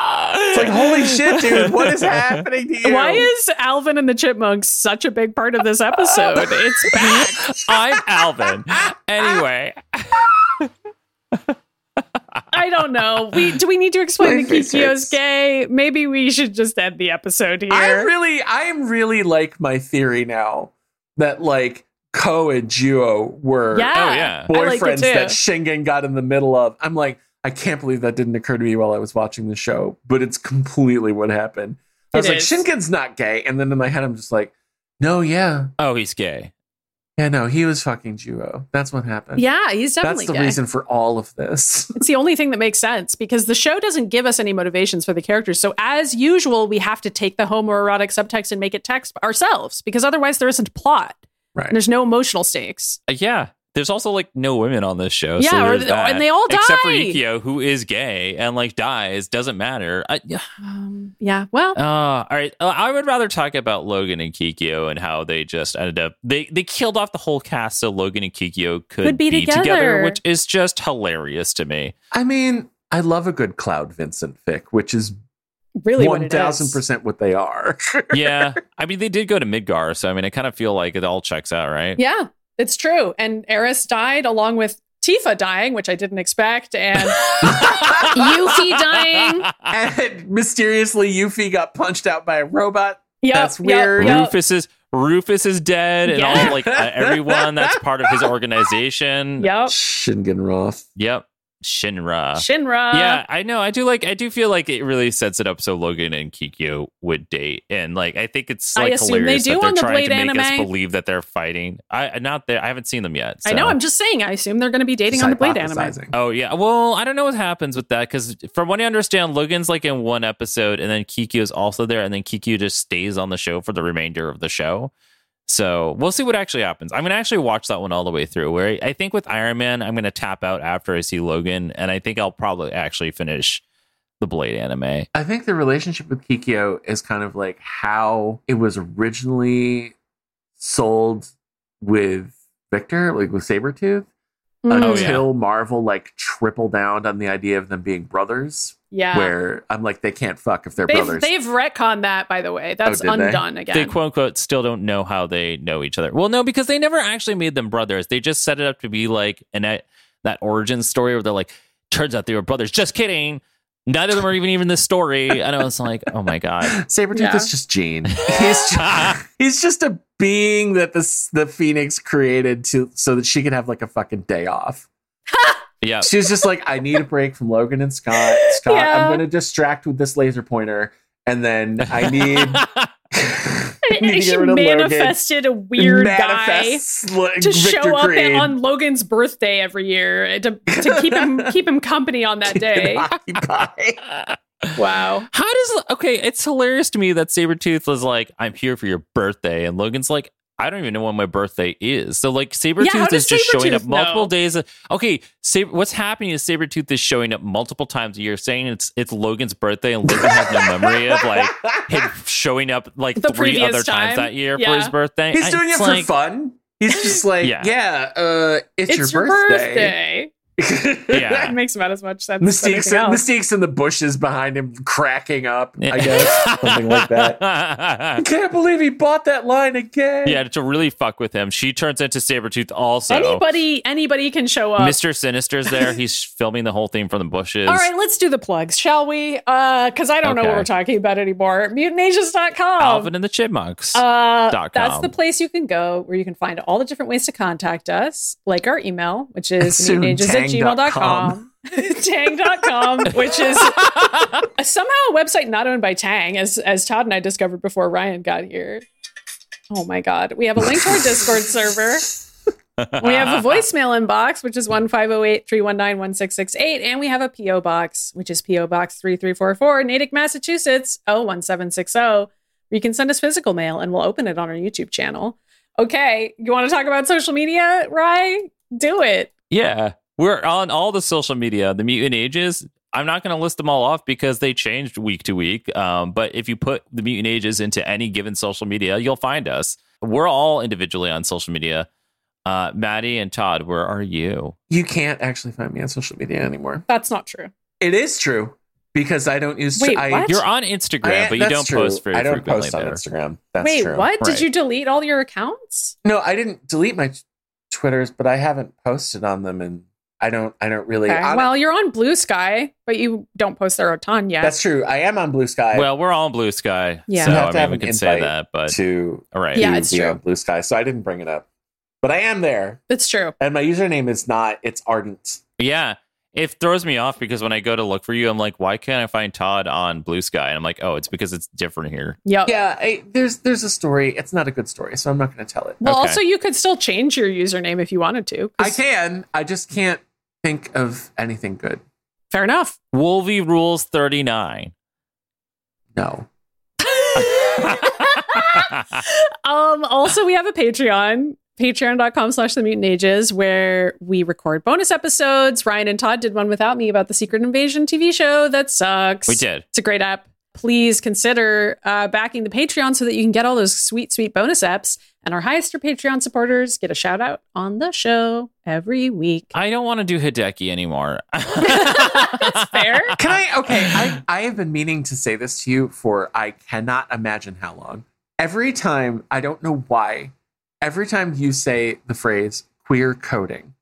It's like, holy shit, dude, what is happening to you?
why is alvin and the chipmunks such a big part of this episode it's back
I'm Alvin. Anyway,
i don't know we do we need to explain
My
that
face
kikyo's
hurts.
gay maybe we should just end the episode here
I really, I am really like my theory now that like Ko and Juo were
yeah
Oh, yeah.
I like it
boyfriends
too.
that Shingen got in the middle of. I'm like, I can't believe that didn't occur to me while I was watching the show, but it's completely what happened. I
It
was like,
is.
Shingen's not gay, and then in my head, I'm just like, no, yeah,
oh, he's gay.
yeah, no, he was fucking Juo. That's what happened.
yeah he's definitely
that's the
gay.
reason for all of this.
It's the only thing that makes sense because the show doesn't give us any motivations for the characters. So, as usual, we have to take the homoerotic subtext and make it text ourselves because otherwise there isn't plot and
Right.
there's no emotional stakes.
Uh, Yeah. There's also like no women on this show. so
Yeah, or
there's
the-
that.
and they all
Except for
die.
Yukio, who is gay and like dies. Doesn't matter. I, yeah.
Um, yeah. Well,
Uh, all right. Uh, I would rather talk about Logan and Kikyo and how they just ended up they they killed off the whole cast so Logan and Kikyo could,
Could be together.
which is just hilarious to me.
I mean, I love a good Cloud Vincent fic, which is
really, what
one
it
thousand
is.
percent what they are.
Yeah, I mean they did go to Midgar, so I mean I kind of feel like it all checks out, right?
Yeah, it's true. And Eris died along with Tifa dying, which I didn't expect, and Yuffie dying.
and mysteriously, Yuffie got punched out by a robot.
Yep,
That's
yep,
weird.
yep.
Rufus is Rufus is dead, and
Yeah.
all like uh, everyone that's part of his organization.
Yep.
Shingenroth.
Yep. Shinra.
Shinra.
yeah, I know. I do like. I do feel like it really sets it up so Logan and Kikyo would date, and like I think it's
I
like
assume they
hilarious
do
that they're
on the
trying to
Blade
make us
anime.
believe that they're fighting. I not there. I haven't seen them yet.
I know.
so.
I'm just saying. I assume they're going to be dating on the Blade anime.
Hypothesizing.
Oh yeah. Well, I don't know what happens with that because from what I understand, Logan's like in one episode, and then Kikyo is also there, and then Kikyo just stays on the show for the remainder of the show. So we'll see what actually happens. I'm gonna actually watch that one all the way through. Where I- I think with Iron Man, I'm gonna tap out after I see Logan, and I think I'll probably actually finish the Blade anime.
I think the relationship with Kikyo is kind of like how it was originally sold with Victor, like with Sabretooth,
Mm.
Oh, yeah.
until Marvel like triple down on the idea of them being brothers,
yeah.
where I'm like, they can't fuck if they're
They've,
brothers. Oh,
they've retconned that, by the way. That's
did they?
undone again.
They quote unquote still don't know how they know each other. Well, no, because they never actually made them brothers. They just set it up to be like an uh, that origin story where they're like, turns out they were brothers. Just kidding. None of them are even even the story. And I was like, oh my god.
Sabretooth
Yeah.
is just Jean. He's just, he's just a being that the, the Phoenix created to so that she could have like a fucking day off.
Yeah.
She was just like, I need a break from Logan and Scott. Scott,
Yeah.
I'm going to distract with this laser pointer. And then I need. I need to
she
get rid of Logan.
manifested a weird guy
Manifests Lo-
to
Victor
show up
Creed.
on Logan's birthday every year eh, to, to keep him keep him company on that day.
Occupy.
wow.
How does okay, it's hilarious to me that Sabretooth was like, I'm here for your birthday, and Logan's like, I don't even know when my birthday is. So like Sabretooth
how
is
does
just showing up
Sabretooth
multiple
know?
days. Okay, Sab- what's happening is Sabretooth is showing up multiple times a year saying it's it's Logan's birthday and Logan has no memory of like him showing up like
The
three
previous
other
time?
times that year
Yeah.
for his birthday.
He's
I-
doing it
it's
for
like-
fun. He's just like,
Yeah.
yeah, uh, it's,
It's, your,
birthday.
birthday.
Yeah.
It makes about as much sense. as
Mystique's,
anything else.
Mystique's in the bushes behind him, cracking up, I
Yeah.
guess. Something like that. I can't believe he bought that line again.
yeah, to really fuck with him. She turns into Sabretooth also.
anybody anybody can show up.
Mr. Sinister's there. He's filming the whole thing from the bushes.
All right, let's do the plugs, shall we? Uh, cuz I don't know what
Okay.
we're talking about anymore. mutinages.com.
Alvin and the Chipmunks.
Uh,
dot
That's
com.
the place you can go where you can find all the different ways to contact us, like our email, which is
Soon,
mutinages at gmail.com.
tang.com.
Tang.com, which is somehow a website not owned by Tang, as as Todd and I discovered before Ryan got here. Oh my God. We have a link to our Discord server. We have a voicemail inbox, which is 1508 319 1668. And we have a P.O. box, which is P.O. Box 3344, Natick, Massachusetts 01760. where oh. You can send us physical mail and we'll open it on our YouTube channel. Okay. You want to talk about social media, Rye? Do it.
Yeah, we're on all the social media. The Mutant Ages. I'm not going to list them all off because they changed week to week. Um, but if you put the Mutant Ages into any given social media, you'll find us. We're all individually on social media. Uh, Maddie and Todd, where are you?
You can't actually find me on social media anymore.
That's not true.
It is true because I don't use.
Wait,
I,
what?
You're on Instagram,
I-
but you
that's
don't
true.
post very
I don't
frequently
post on
there.
Instagram. That's
Wait,
true.
what? Did
Right.
you delete all your accounts?
No, I didn't delete my t- Twitters, but I haven't posted on them, and I don't. I don't really.
Okay.
hon-
Well, you're on Blue Sky, but you don't post there a ton yet.
that's true. I am on Blue Sky
Well, we're all on Blue Sky.
Yeah.
So,
You
have to
I
have
mean, we
an
can say
invite
that, but
to
all right.
Yeah,
to
it's
be
true.
on Blue Sky, so I didn't bring it up, but I am there,
That's true.
and my username is not. It's Ardent.
Yeah. It throws me off because when I go to look for you, I'm like, why can't I find Todd on Blue Sky? And I'm like, oh, it's because it's different here.
Yep.
Yeah, I, there's there's a story. It's not a good story, so I'm not going to tell it.
Well,
Okay.
also, you could still change your username if you wanted to.
I
'cause-
can. I just can't think of anything good.
Fair enough.
Wolvie rules 39.
No.
Um, also, we have a Patreon, patreon.com slash the mutant ages, where we record bonus episodes. Ryan and Todd did one without me about the Secret Invasion TV show. That sucks.
we did.
It's a great app. Please consider uh, backing the Patreon so that you can get all those sweet, sweet bonus apps. And our highest tier Patreon supporters get a shout out on the show every week.
I don't want to do Hideki anymore.
That's fair.
Can I? Okay. I, I have been meaning to say this to you for I cannot imagine how long. Every time, I don't know why, every time you say the phrase queer coding,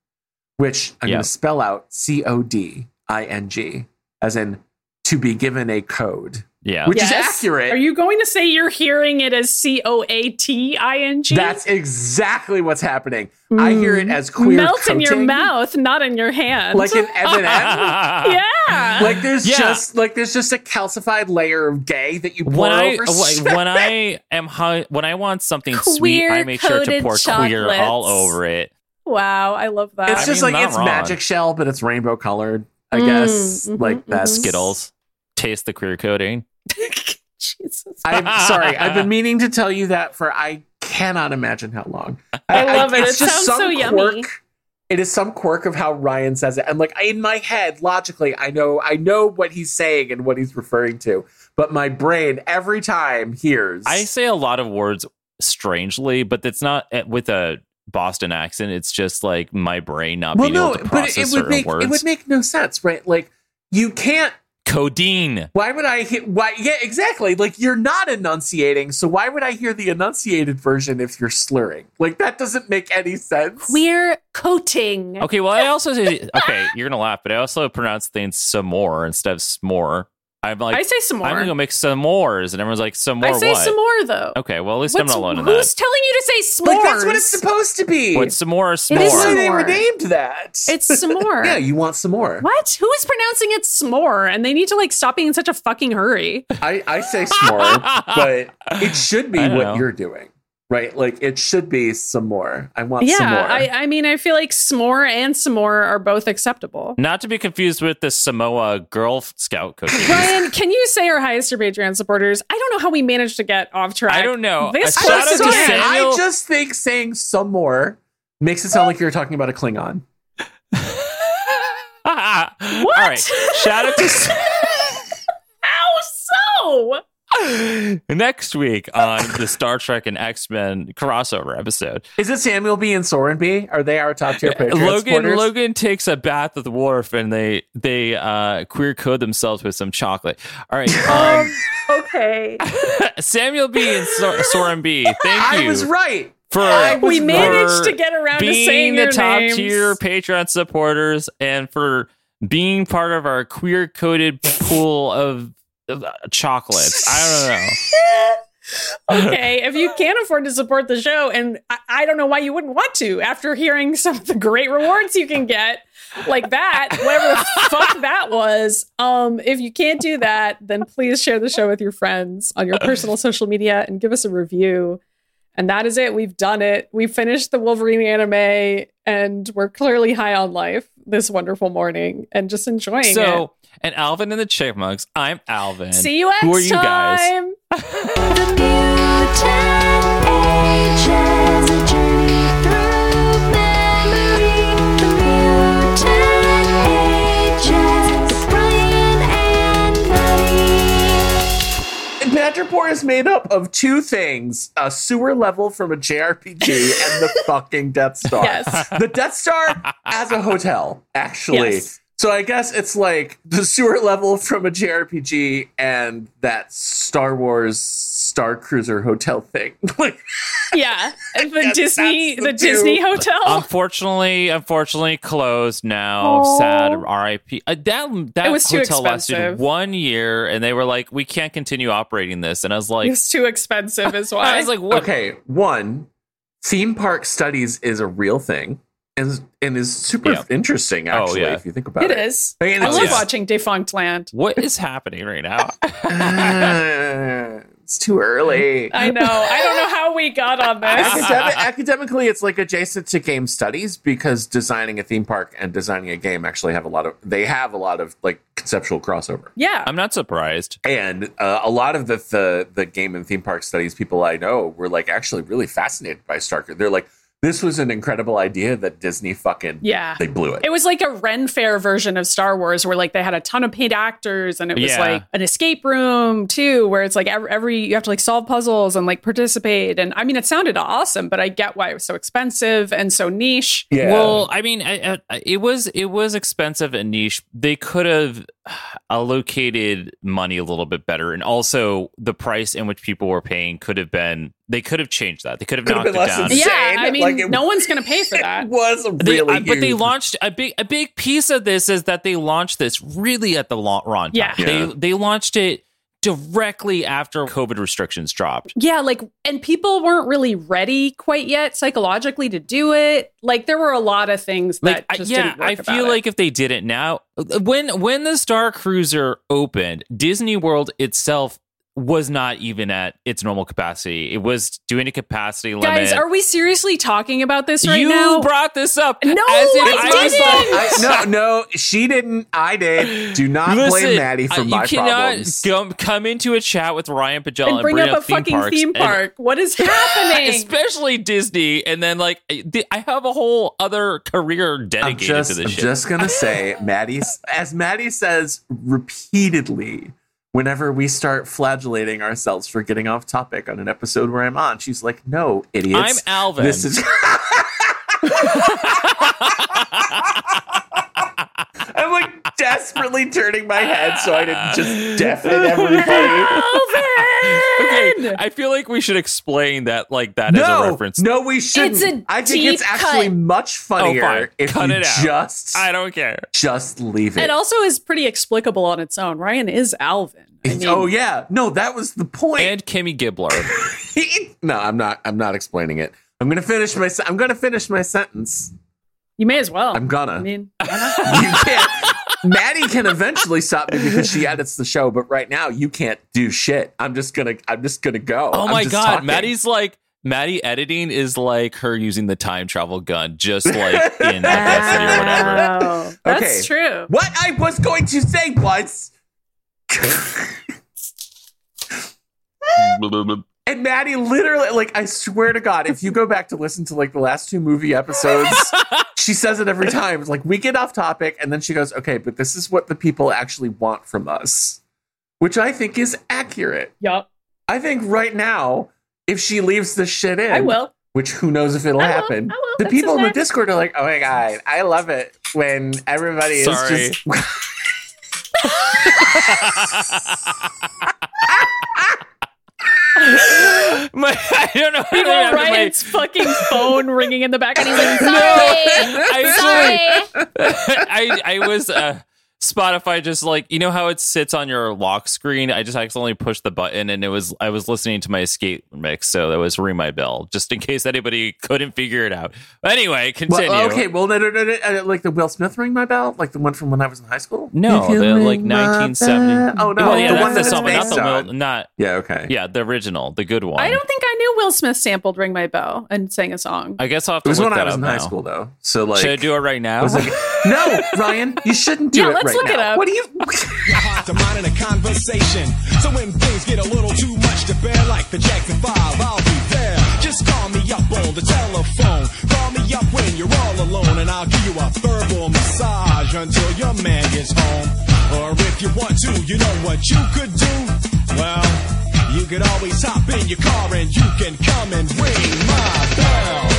which I'm
Yeah.
going to spell out C O D I N G, as in to be given a code,
yeah.
which is accurate.
Are you going to say you're hearing it as C O A T I N G?
That's exactly what's happening. I hear it as queer
Mm, melt in your
coding,
mouth, not in your hand.
like an M&M.
yeah.
like there's
Yeah.
just like there's just a calcified layer of gay that you pour
When I uh,
over.
when I am hu- when I want something sweet, I make sure to
Queer-coated
pour queer all
chocolates.
over it.
Wow, I love that.
it's
I
just
mean,
like
not
it's
wrong.
magic shell, but it's rainbow colored. I
Mm,
guess
mhm,
like that's
mhm.
Skittles, taste the queer coating.
Jesus.
I'm sorry, I've been meaning to tell you that for I cannot imagine how long.
I love it. It sounds so yummy.
It is some quirk of how Ryan says it, and like in my head, logically, I know I know what he's saying and what he's referring to, but my brain every time hears.
I say a lot of words strangely, but that's not eh, with a Boston accent. It's just like my brain not being able to process certain
make
words.
it would make no sense, right? Like you can't.
Codeine.
Why would I? He- why? Yeah, exactly. Like you're not enunciating, so why would I hear the enunciated version if you're slurring? Like that doesn't make any sense.
Queer coating.
Okay, well, I also say, okay, you're gonna laugh, but I also pronounce things some more instead of s'more. I'm like,
I say some more.
I'm gonna go make s'mores, and everyone's like, s'more
I say
what?
some more though.
Okay, well, at least I'm
What's-
not alone in
who's
that.
telling you to say s'mores?
like that's what it's supposed to be.
What's s'more?
It is
that's why
S'more.
some-
they were
s'more.
named that.
It's s'more.
yeah, you want some more?
What? Who is pronouncing it s'more? And they need to like stop being in such a fucking hurry.
I, I say s'more, but it should be
I don't
what
know.
you're doing, right? Like it should be some more. I want
yeah,
some more.
I, I mean, I feel like s'more and s'more are both acceptable.
Not to be confused with the Samoa Girl Scout cookies.
Ryan, can you say our highest or Patreon supporters? I don't know how we managed to get off track.
I don't know.
This
A
close
shout out
to
to
the end.
Sam.
I
Samuel-
just think saying some more makes it sound like you're talking about a Klingon.
what? All right. Shout out to Sam.
How so?
next week on the Star Trek and X Men crossover episode.
Is it Samuel B and Soren B? Are they our top tier Patreon
Logan
supporters?
Logan takes a bath at the wharf and they they uh, queer code themselves with some chocolate. All right, um,
Okay.
Samuel B and Sor- Soren B. Thank
I
you
was right.
for
I was
We managed
for
to get around to saying
being the
your
top
names.
tier Patreon supporters and for being part of our queer coded pool of, of uh, chocolates. I don't know.
okay, if you can't afford to support the show, and I, I don't know why you wouldn't want to after hearing some of the great rewards you can get, like that, whatever the fuck that was. Um, if you can't do that, then please share the show with your friends on your personal social media and give us a review. And that is it. We've done it. We finished the Wolverine anime and we're clearly high on life this wonderful morning and just enjoying
So, and Alvin and the Chipmunks. I'm Alvin.
it. See you next
Who are you guys?
time.
The mutant age has a journey through memory. The mutant age has Brian and Buddy.
Madripoor is made up of two things a sewer level from a JRPG and the fucking Death Star.
Yes.
The Death Star as a hotel, actually.
Yes.
So I guess it's like the sewer level from a JRPG and that Star Wars Star Cruiser hotel thing. like,
Yeah. And the
Yes,
Disney
that's
the,
the
Disney
two.
hotel.
Unfortunately, unfortunately, closed now.
oh. Aw.
Sad. R.I.P. Uh, that that
It was too
hotel lasted
expensive.
one year, and they were like, "We can't continue operating this." And I was like,
it's too expensive is why.
"I was like, what?
okay, one, theme park studies is a real thing and, and is super
Yeah.
interesting, actually,
yeah.
if you think about
it
it.
is.
I mean,
I
it's
love
just-
watching Defunct Land.
What is happening right now?"
Uh, it's too early.
I know. I don't know how we got on this.
Academi- academically, it's like adjacent to game studies because designing a theme park and designing a game actually have a lot of they have a lot of like conceptual crossover.
Yeah.
I'm not surprised.
And uh, a lot of the, the the game and theme park studies people I know were like actually really fascinated by Starker. They're like, this was an incredible idea that Disney fucking
Yeah.
they blew it.
It was like a Ren Fair version of Star Wars, where like they had a ton of paid actors, and it was
Yeah.
like an escape room too, where it's like every, every you have to like solve puzzles and like participate. And I mean, it sounded awesome, but I get why it was so expensive and so niche.
yeah.
Well, I mean, I, I, it was it was expensive and niche. They could have allocated money a little bit better, and also the price in which people were paying could have been. They could have changed that. They could have
Could have
knocked
been
it
less
down.
than-
Yeah,
Insane.
I mean,
Like, it-
no one's gonna pay for
it
that.
was a
They-
really
uh, but they
huge-
launched a big a big piece of this is that they launched this really at the long, wrong time.
Yeah.
Yeah.
They they launched it directly after COVID restrictions dropped.
Yeah, like, and people weren't really ready quite yet psychologically to do it. Like, there were a lot of things
Like
that
I-
just
yeah,
didn't work
I
about
feel
it.
like if they did it now, when when the Star Cruiser opened, Disney World itself was not even at its normal capacity. It was doing a capacity limit.
guys, are we seriously talking about this right
you
now?
brought this up.
No,
as if
I
I was
didn't.
like-
I, no, no, she didn't. I did. Do not blame Maddie for
uh,
my
you cannot
problems.
Go, come into a chat with Ryan Pagel
and bring up a
theme
fucking
parks
theme
and-
park. what is happening?
especially Disney, and then like the, I have a whole other career
I'm
dedicated
just,
to this
I'm
shit.
just gonna say, Maddie, as Maddie says repeatedly, whenever we start flagellating ourselves for getting off topic on an episode where I'm on, she's like, "No,
I'm
idiots,
Alvin.
this is." I'm like desperately turning my head so I didn't just deafen everybody.
okay. I feel like we should explain that like that as a reference.
no, we shouldn't.
a
I think it's
deep
actually
cut.
much funnier
Oh, fine.
if
Cut
you
it out.
just
I don't care.
just leave it.
It also is pretty explicable on its own. Ryan is Alvin. I mean,
oh yeah, no, that was the point.
And Kimmy Gibbler.
no, I'm not. I'm not explaining it. I'm gonna finish my. se- I'm gonna finish my sentence.
you may as well.
I'm gonna.
I mean,
you can't. Maddie can eventually stop me because she edits the show, but right now you can't do shit. I'm just gonna. I'm just gonna go.
Oh
I'm
my
just
god,
talking.
Maddie's like Maddie editing is like her using the time travel gun, just like in Audacity or whatever.
wow. that's
Okay.
true.
What I was going to say was. And Maddie literally, like, I swear to God, if you go back to listen to like the last two movie episodes, she says it every time. It's like, we get off topic, and then she goes, okay, but this is what the people actually want from us, which I think is accurate.
Yup.
I think right now, if she leaves this shit in,
I will.
which who knows if it'll
I will.
happen,
I will.
the
That's
people in the
okay.
Discord are like, oh my God, I love it when everybody
Sorry.
is just.
My, I don't know. I
People,
don't have to play-
Ryan's fucking phone ringing in the background. He's like,
No,
Sorry.
I,
Sorry.
I, I was uh, Spotify just like you know how it sits on your lock screen. I just accidentally pushed the button, and it was I was listening to my skate mix, so that was ring my bell, just in case anybody couldn't figure it out. Anyway, continue.
Well, okay, well, no, no, no, no, uh, like the Will Smith ring my bell, like the one from when I was in high school.
No,
You can
the,
ring
like
my
1970.
bell. Oh no,
Well, yeah,
the
that's
one
the
that
song, but
it's
not
based
the
on.
Will, not
Yeah, okay.
yeah, the original, the good one.
I don't think I knew Will Smith sampled "Ring My Bell" and sang a song.
I guess I'll have
it
to
was
look
when
that
I was
up
in
now.
high school though. So like,
Should I do it right now?
I was like, no, Ryan, you shouldn't do
Yeah,
it
let's
right
look it
now.
up.
What do you?
your heart, the mind, and a conversation. So when things get a little too much to bear, like the Jackson 5, I'll be there. Just call me up on the telephone. Call me up when you're all alone, and I'll give you a verbal massage until your man gets home. Or if you want to, you know what you could do? Well, you could always hop in your car and you can come and ring my bell.